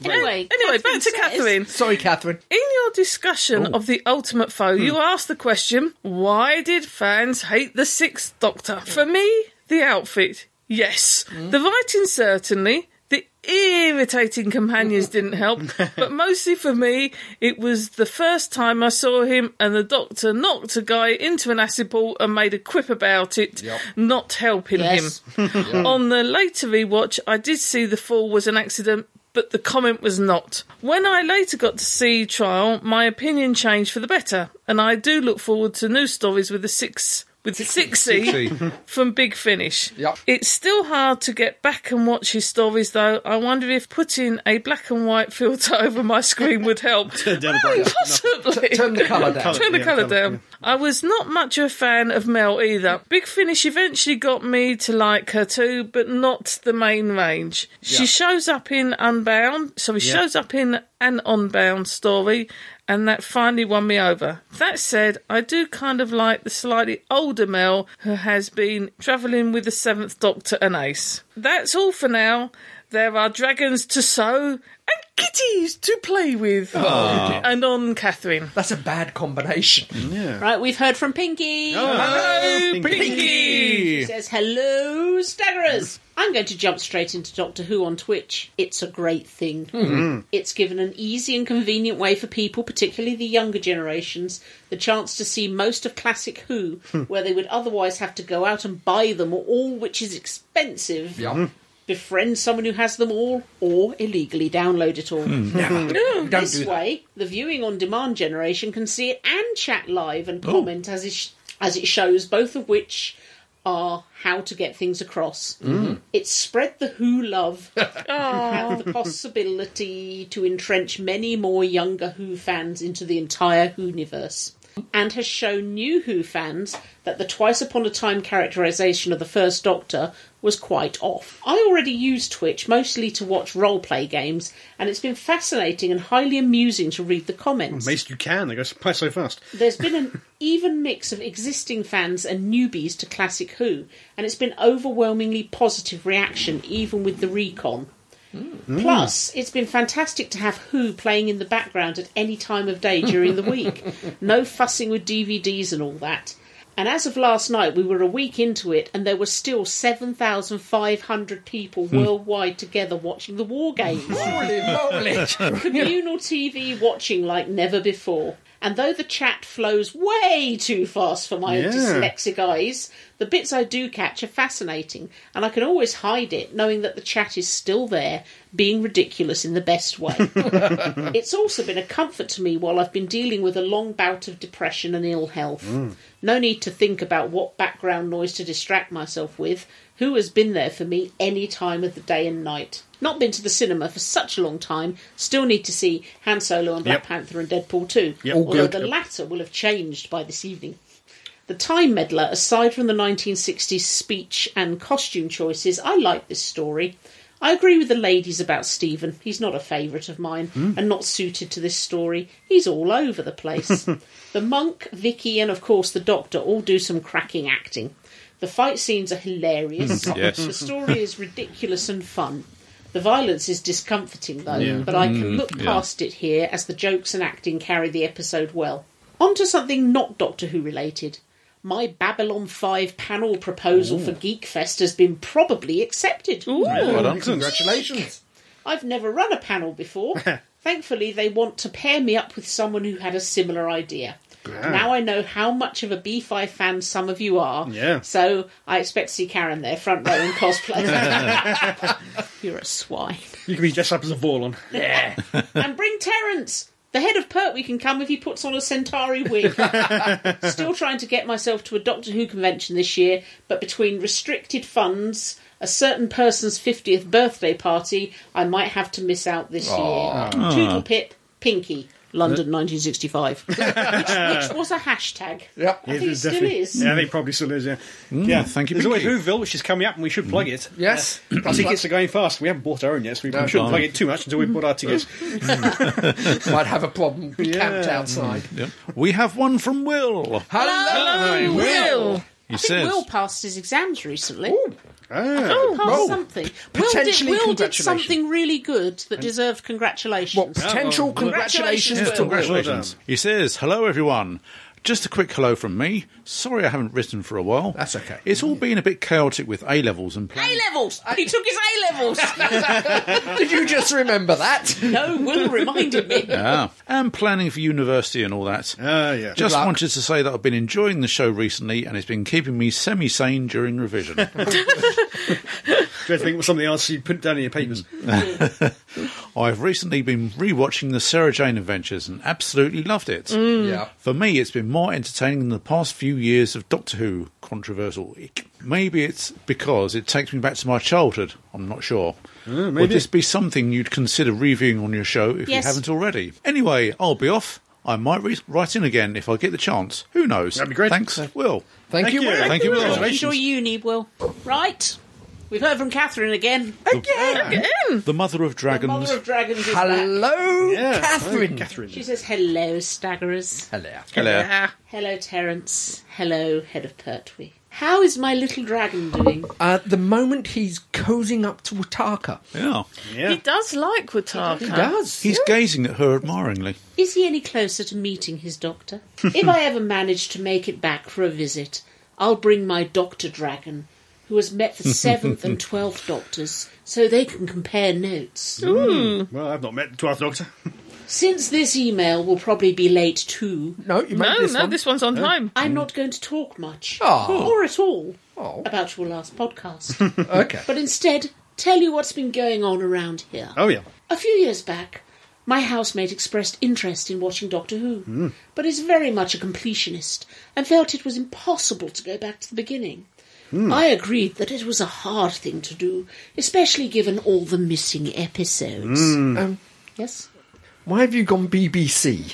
Speaker 2: anyway,
Speaker 4: anyway, back to
Speaker 2: says-
Speaker 4: Catherine.
Speaker 5: Sorry, Catherine.
Speaker 4: In your discussion of the Ultimate Foe, you asked the question why did fans hate the Sixth Doctor? For me, the outfit, yes. The writing, certainly. The irritating companions didn't help, but mostly for me, it was the first time I saw him and the Doctor knocked a guy into an acid pool and made a quip about it, not helping him.
Speaker 2: Yes.
Speaker 4: On the later rewatch, I did see the fall was an accident, but the comment was not. When I later got to see Trial, my opinion changed for the better, and I do look forward to new stories with the six with Sixie from Big Finish.
Speaker 5: Yep.
Speaker 4: It's still hard to get back and watch his stories, though. I wonder if putting a black and white filter over my screen would help.
Speaker 7: Turn down the brightness.
Speaker 4: Possibly.
Speaker 5: Turn the colour down.
Speaker 7: Colour.
Speaker 4: Turn the
Speaker 7: Yeah,
Speaker 4: colour
Speaker 7: colour,
Speaker 4: down. I was not much of a fan of Mel either. Big Finish eventually got me to like her too, but not the main range. She shows up in Unbound, so he shows up in an Unbound story, and that finally won me over. That said, I do kind of like the slightly older Mel who has been travelling with the Seventh Doctor and Ace. That's all for now. There are dragons to sow and kitties to play with.
Speaker 7: Oh.
Speaker 4: And on, Catherine.
Speaker 5: That's a bad combination.
Speaker 2: Right, we've heard from Pinky.
Speaker 1: Oh.
Speaker 4: Hello,
Speaker 7: Pinky.
Speaker 2: She says, Hello, staggerers. I'm going to jump straight into Doctor Who on Twitch. It's a great thing. It's given an easy and convenient way for people, particularly the younger generations, the chance to see most of classic Who, where they would otherwise have to go out and buy them all, which is expensive.
Speaker 5: Yeah.
Speaker 2: Befriend someone who has them all, or illegally download it all.
Speaker 5: Don't
Speaker 2: this
Speaker 5: do that.
Speaker 2: way, the viewing on demand generation can see it and chat live and comment as it sh- as it shows, both of which are how to get things across.
Speaker 5: Mm.
Speaker 2: It's spread the who love and had the possibility to entrench many more younger Who fans into the entire Whouniverse. And has shown new Who fans that the twice upon a time characterisation of the First Doctor was quite off. I already use Twitch mostly to watch roleplay games, and it's been fascinating and highly amusing to read the comments.
Speaker 7: Amazed you can. They go by so fast.
Speaker 2: There's been an even mix of existing fans and newbies to Classic Who, and it's been overwhelmingly positive reaction, even with the recon. Plus, it's been fantastic to have Who playing in the background at any time of day during the week. no fussing with DVDs and all that. And as of last night, we were a week into it, and there were still 7,500 people worldwide together watching the war games
Speaker 5: Holy moly.
Speaker 2: communal TV watching like never before. And though the chat flows way too fast for my dyslexic eyes, the bits I do catch are fascinating, and I can always hide it, knowing that the chat is still there, being ridiculous in the best way.
Speaker 7: Mm.
Speaker 2: it's also been a comfort to me while I've been dealing with a long bout of depression and ill health.
Speaker 7: Mm.
Speaker 2: No need to think about what background noise to distract myself with. Who has been there for me any time of the day and night? Not been to the cinema for such a long time. Still need to see Han Solo and Black
Speaker 7: Yep.
Speaker 2: Panther and Deadpool 2.
Speaker 7: All
Speaker 2: Although
Speaker 7: good.
Speaker 2: the
Speaker 7: Yep.
Speaker 2: latter will have changed by this evening. The Time Meddler, aside from the 1960s speech and costume choices, I like this story. I agree with the ladies about Stephen. He's not a favourite of mine and not suited to this story. He's all over the place. the monk, Vicky, and of course the doctor all do some cracking acting. The fight scenes are hilarious.
Speaker 9: yes.
Speaker 2: The story is ridiculous and fun. The violence is discomforting though, but I can look past it here as the jokes and acting carry the episode well. On to something not Doctor Who related. My Babylon 5 panel proposal for Geekfest has been probably accepted.
Speaker 9: Well done.
Speaker 5: Congratulations.
Speaker 2: I've never run a panel before. Thankfully, they want to pair me up with someone who had a similar idea. Now I know how much of a B5 fan some of you are.
Speaker 7: Yeah.
Speaker 2: So I expect to see Karen there, front row in cosplay. You're a swine.
Speaker 7: You can be dressed up as a Vorlon.
Speaker 2: And bring Terence. The head of Pertwee can come if he puts on a Centauri wig. Still trying to get myself to a Doctor Who convention this year, but between restricted funds, a certain person's 50th birthday party, I might have to miss out this year. Toodle pip, Pinky, London 1965. which, which was a hashtag.
Speaker 5: Yep.
Speaker 2: I think it still
Speaker 7: definitely.
Speaker 2: is.
Speaker 7: Yeah, they probably still is, yeah. yeah,
Speaker 9: thank you,
Speaker 7: There's always
Speaker 9: Pinky.
Speaker 7: Whoville, which is coming up, and we should plug it.
Speaker 5: Yes.
Speaker 7: Our tickets are going fast. We haven't bought our own yet, so we shouldn't plug it too much until we've bought our tickets.
Speaker 5: Might have a problem. We camped outside.
Speaker 1: Yep. We have one from Will.
Speaker 5: Hello.
Speaker 4: Will.
Speaker 1: He
Speaker 2: I think
Speaker 1: says,
Speaker 2: Will passed his exams recently.
Speaker 7: Ah,
Speaker 2: Will passed
Speaker 5: Will.
Speaker 2: something. Will did,
Speaker 5: Potentially
Speaker 2: Will did
Speaker 5: congratulations.
Speaker 2: something really good that deserved congratulations.
Speaker 5: What potential
Speaker 2: Congratulations,
Speaker 5: congratulations, to
Speaker 2: Will.
Speaker 5: Will.
Speaker 1: Congratulations. he says, hello everyone. Just a quick hello from me. Sorry I haven't written for a while.
Speaker 5: That's okay.
Speaker 1: It's all been a bit chaotic with A levels and
Speaker 2: A
Speaker 1: planning.
Speaker 2: levels. He took his A levels.
Speaker 5: Did you just remember that?
Speaker 2: no, Will reminded me.
Speaker 1: Ah, and planning for university and all that.
Speaker 7: Ah, yeah.
Speaker 1: Just wanted to say that I've been enjoying the show recently and it's been keeping me semi sane during revision.
Speaker 7: Do you think of something else you put down in your papers?
Speaker 1: Well, I've recently been rewatching the Sarah Jane Adventures and absolutely loved it.
Speaker 5: Yeah.
Speaker 1: For me, it's been more entertaining than the past few years of Doctor Who controversial ick. Maybe it's because it takes me back to my childhood. I'm not sure. Would this be something you'd consider reviewing on your show if
Speaker 2: Yes.
Speaker 1: you haven't already? Anyway, I'll be off. I might re- write in again if I get the chance. Who knows? That'd
Speaker 7: be great.
Speaker 1: Thanks, Will.
Speaker 5: Thank, you. Will.
Speaker 1: Thank you, Will.
Speaker 2: Enjoy uni, Will. Right. We've heard from Catherine again.
Speaker 1: The mother of
Speaker 2: The
Speaker 1: dragons.
Speaker 2: Mother of Dragons is back.
Speaker 5: Hello,
Speaker 7: Yeah.
Speaker 5: Catherine.
Speaker 7: Oh, Catherine.
Speaker 2: She says, hello, staggerers.
Speaker 5: Hello.
Speaker 1: Hello.
Speaker 4: Ah,
Speaker 2: Hello, Terence. Hello, head of Pertwee. How is my little dragon doing?
Speaker 5: At Uh, the moment, he's cozying up to Wataka.
Speaker 1: Yeah.
Speaker 7: Yeah.
Speaker 4: He does like Wataka.
Speaker 5: He does.
Speaker 1: He's gazing at her admiringly.
Speaker 2: Is he any closer to meeting his doctor? if I ever manage to make it back for a visit, I'll bring my doctor dragon, who has met the seventh and twelfth doctors, so they can compare notes.
Speaker 7: Well, I've not met the 12th Doctor.
Speaker 2: Since this email will probably be late too,
Speaker 5: no, you made
Speaker 4: No,
Speaker 5: this
Speaker 4: no,
Speaker 5: one.
Speaker 4: this one's on time.
Speaker 2: I'm not going to talk much
Speaker 5: Oh.
Speaker 2: or at all
Speaker 5: Oh.
Speaker 2: about your last podcast,
Speaker 5: Okay.
Speaker 2: but instead tell you what's been going on around here.
Speaker 7: Oh, yeah.
Speaker 2: A few years back, my housemate expressed interest in watching Doctor Who,
Speaker 1: Hmm.
Speaker 2: but is very much a completionist and felt it was impossible to go back to the beginning.
Speaker 1: Hmm.
Speaker 2: I agreed that it was a hard thing to do, especially given all the missing episodes.
Speaker 1: Hmm.
Speaker 5: Um,
Speaker 2: Yes?
Speaker 5: why have you gone BBC?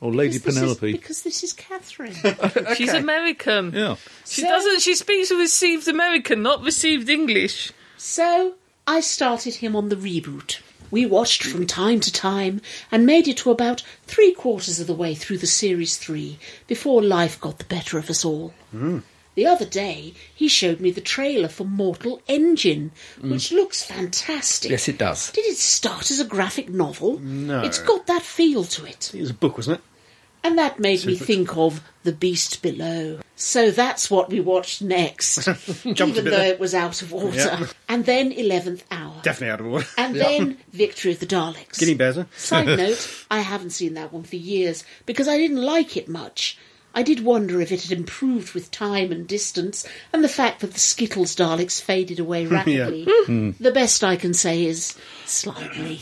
Speaker 1: Or Lady
Speaker 2: Because this is-
Speaker 1: Penelope.
Speaker 2: because this is Catherine.
Speaker 4: She's American.
Speaker 1: Yeah.
Speaker 4: She doesn't. She speaks received American, not received English.
Speaker 2: So I started him on the reboot. We watched from time to time and made it to about three quarters of the way through the series three before life got the better of us all. The other day, he showed me the trailer for Mortal Engine, which looks fantastic.
Speaker 5: Yes, it does.
Speaker 2: Did it start as a graphic novel? No. It's got that feel to it.
Speaker 7: It was a book, wasn't it?
Speaker 2: And that made me think of The Beast Below. So that's what we watched next,
Speaker 7: Jumped a
Speaker 2: even
Speaker 7: bit
Speaker 2: though
Speaker 7: there.
Speaker 2: it was out of order. And then 11th Hour.
Speaker 7: Definitely out of order.
Speaker 2: and then Victory of the Daleks.
Speaker 7: Guinea bears, huh?
Speaker 2: Side note, I haven't seen that one for years because I didn't like it much. I did wonder if it had improved with time and distance and the fact that the Skittles Daleks faded away rapidly. The best I can say is slightly.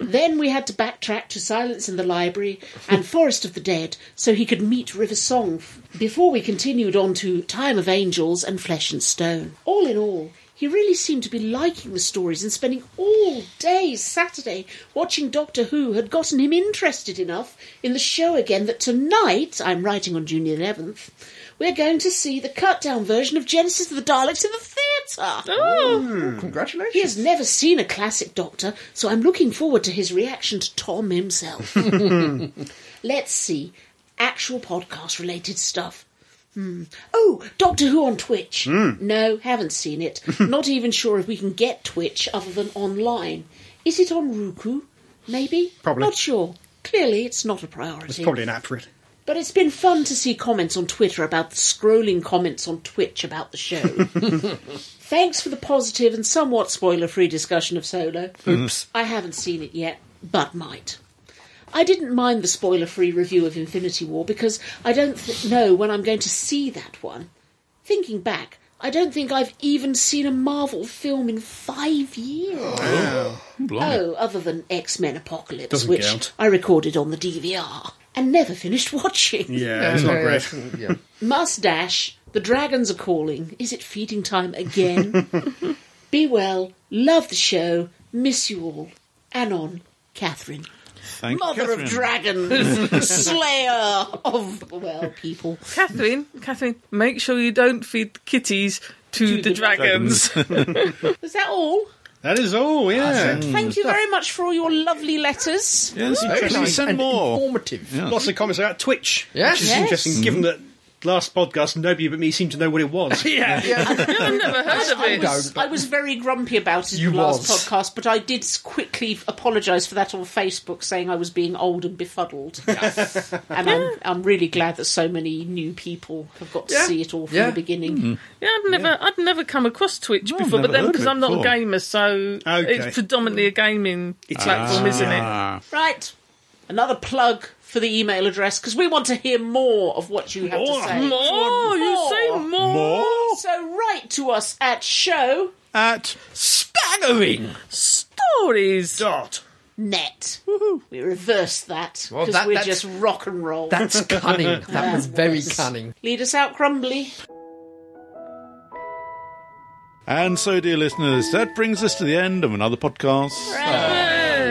Speaker 2: Then we had to backtrack to Silence in the Library and Forest of the Dead so he could meet River Song f- before we continued on to Time of Angels and Flesh and Stone. All in all, he really seemed to be liking the stories and spending all day Saturday watching Doctor Who had gotten him interested enough in the show again that tonight, I'm writing on June 11th, we're going to see the cut down version of Genesis of the Daleks in the theatre.
Speaker 4: Oh.
Speaker 2: He
Speaker 5: Congratulations.
Speaker 2: has never seen a classic Doctor, so I'm looking forward to his reaction to Tom himself. Let's see. Actual podcast related stuff. Hmm. Oh, Doctor Who on Twitch.
Speaker 7: Hmm.
Speaker 2: No, haven't seen it. Not even sure if we can get Twitch other than online. Is it on Roku? Maybe?
Speaker 7: Probably.
Speaker 2: Not sure. Clearly, it's not a priority.
Speaker 7: It's probably an app for it.
Speaker 2: But it's been fun to see comments on Twitter about the scrolling comments on Twitch about the show. Thanks for the positive and somewhat spoiler free discussion of Solo. Oops. I haven't seen it yet, but might. I didn't mind the spoiler free review of Infinity War because I don't th- know when I'm going to see that one. Thinking back, I don't think I've even seen a Marvel film in five years.
Speaker 1: Blimey.
Speaker 2: Oh, other than X Men Apocalypse,
Speaker 7: Doesn't
Speaker 2: which
Speaker 7: count.
Speaker 2: I recorded on the DVR and never finished watching.
Speaker 7: Yeah, it's not great.
Speaker 5: yeah.
Speaker 2: Mustache, the dragons are calling. Is it feeding time again? Be well. Love the show. Miss you all. Anon, Catherine.
Speaker 1: Thank you,
Speaker 2: Mother of
Speaker 1: Catherine.
Speaker 2: dragons, slayer of, well, people.
Speaker 4: Catherine, Catherine, make sure you don't feed the kitties to, the,
Speaker 2: the
Speaker 4: dragons.
Speaker 2: Is that all?
Speaker 7: That is all, yeah.
Speaker 2: Thank you very much for all your lovely letters.
Speaker 1: Yes,
Speaker 5: Very
Speaker 1: please
Speaker 5: nice
Speaker 1: send
Speaker 5: and
Speaker 1: more.
Speaker 5: informative.
Speaker 7: Lots of comments about Twitch.
Speaker 5: Yes.
Speaker 7: Which is
Speaker 5: Yes.
Speaker 7: interesting, given that last podcast, nobody but me seemed to know what it was.
Speaker 5: Yeah.
Speaker 4: I've never heard of
Speaker 2: I
Speaker 4: it.
Speaker 2: was, I was very grumpy about it
Speaker 5: You
Speaker 2: in the last
Speaker 5: was.
Speaker 2: podcast, but I did s- quickly apologise for that on Facebook, saying I was being old and befuddled. and I'm, I'm really glad that so many new people have got to
Speaker 5: Yeah.
Speaker 2: see it all from
Speaker 5: Yeah. Mm-hmm.
Speaker 2: the beginning.
Speaker 4: Yeah, I'd never, I'd never come across Twitch
Speaker 1: No, I've
Speaker 4: before, but
Speaker 1: never
Speaker 4: then
Speaker 1: heard of
Speaker 4: because
Speaker 1: it
Speaker 4: I'm not
Speaker 1: before.
Speaker 4: a gamer, so
Speaker 7: Okay.
Speaker 4: it's predominantly a gaming
Speaker 7: It's-
Speaker 4: platform, isn't it?
Speaker 1: Ah,
Speaker 2: Right, another plug for the email address because we want to hear more of what you have to say.
Speaker 4: More, you say
Speaker 2: More.
Speaker 4: more.
Speaker 1: more
Speaker 2: So write to us at show
Speaker 1: at
Speaker 5: Staggering.
Speaker 4: Stop. stories.
Speaker 7: Dot.
Speaker 2: Net. Woohoo. We reversed that
Speaker 5: Well,
Speaker 2: because
Speaker 5: that-
Speaker 2: we're
Speaker 5: that's-
Speaker 2: just rock and roll.
Speaker 5: That's cunning. That was very cunning.
Speaker 2: Lead us out, Crumbly.
Speaker 1: And so, dear listeners, that brings us to the end of another podcast.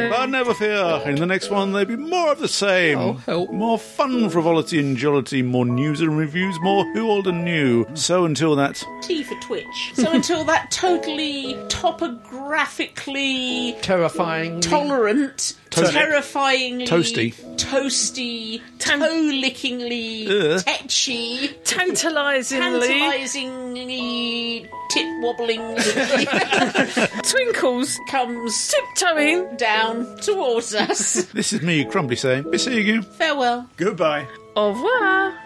Speaker 1: But never fear, in the next one there'll be more of the same.
Speaker 5: Oh, help.
Speaker 1: More fun, frivolity and jollity, more news and reviews, more who old and new. So until that,
Speaker 2: T for Twitch. So until that totally topographically
Speaker 5: Terrifying.
Speaker 2: tolerant,
Speaker 1: Toasty.
Speaker 2: terrifyingly
Speaker 1: Toasty.
Speaker 2: toasty,
Speaker 4: Tan-
Speaker 2: toe-lickingly, tetchy,
Speaker 4: Tantalisingly,
Speaker 2: tantalisingly, tit-wobbling
Speaker 4: twinkles
Speaker 2: comes
Speaker 4: tiptoeing
Speaker 2: down towards us.
Speaker 1: this is me, Crumbly, saying, be seeing you.
Speaker 2: Farewell.
Speaker 7: Goodbye.
Speaker 4: Au revoir.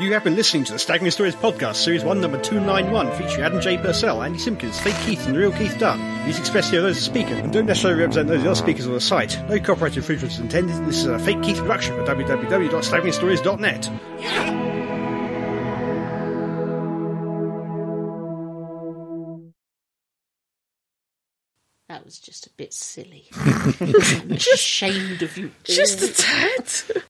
Speaker 7: You have been listening to the Staggering Stories Podcast, Series 1, Number 291, featuring Adam J. Purcell, Andy Simpkins, Fake Keith, and the Real Keith Dunn. Views expressed here are those of the speaker and don't necessarily represent those of the other speakers on the site. No copyright infringement is intended. This is a Fake Keith production for www.staggeringstories.net.
Speaker 2: That was just a bit silly. I'm ashamed of you.
Speaker 4: Just
Speaker 2: all.
Speaker 4: a tad.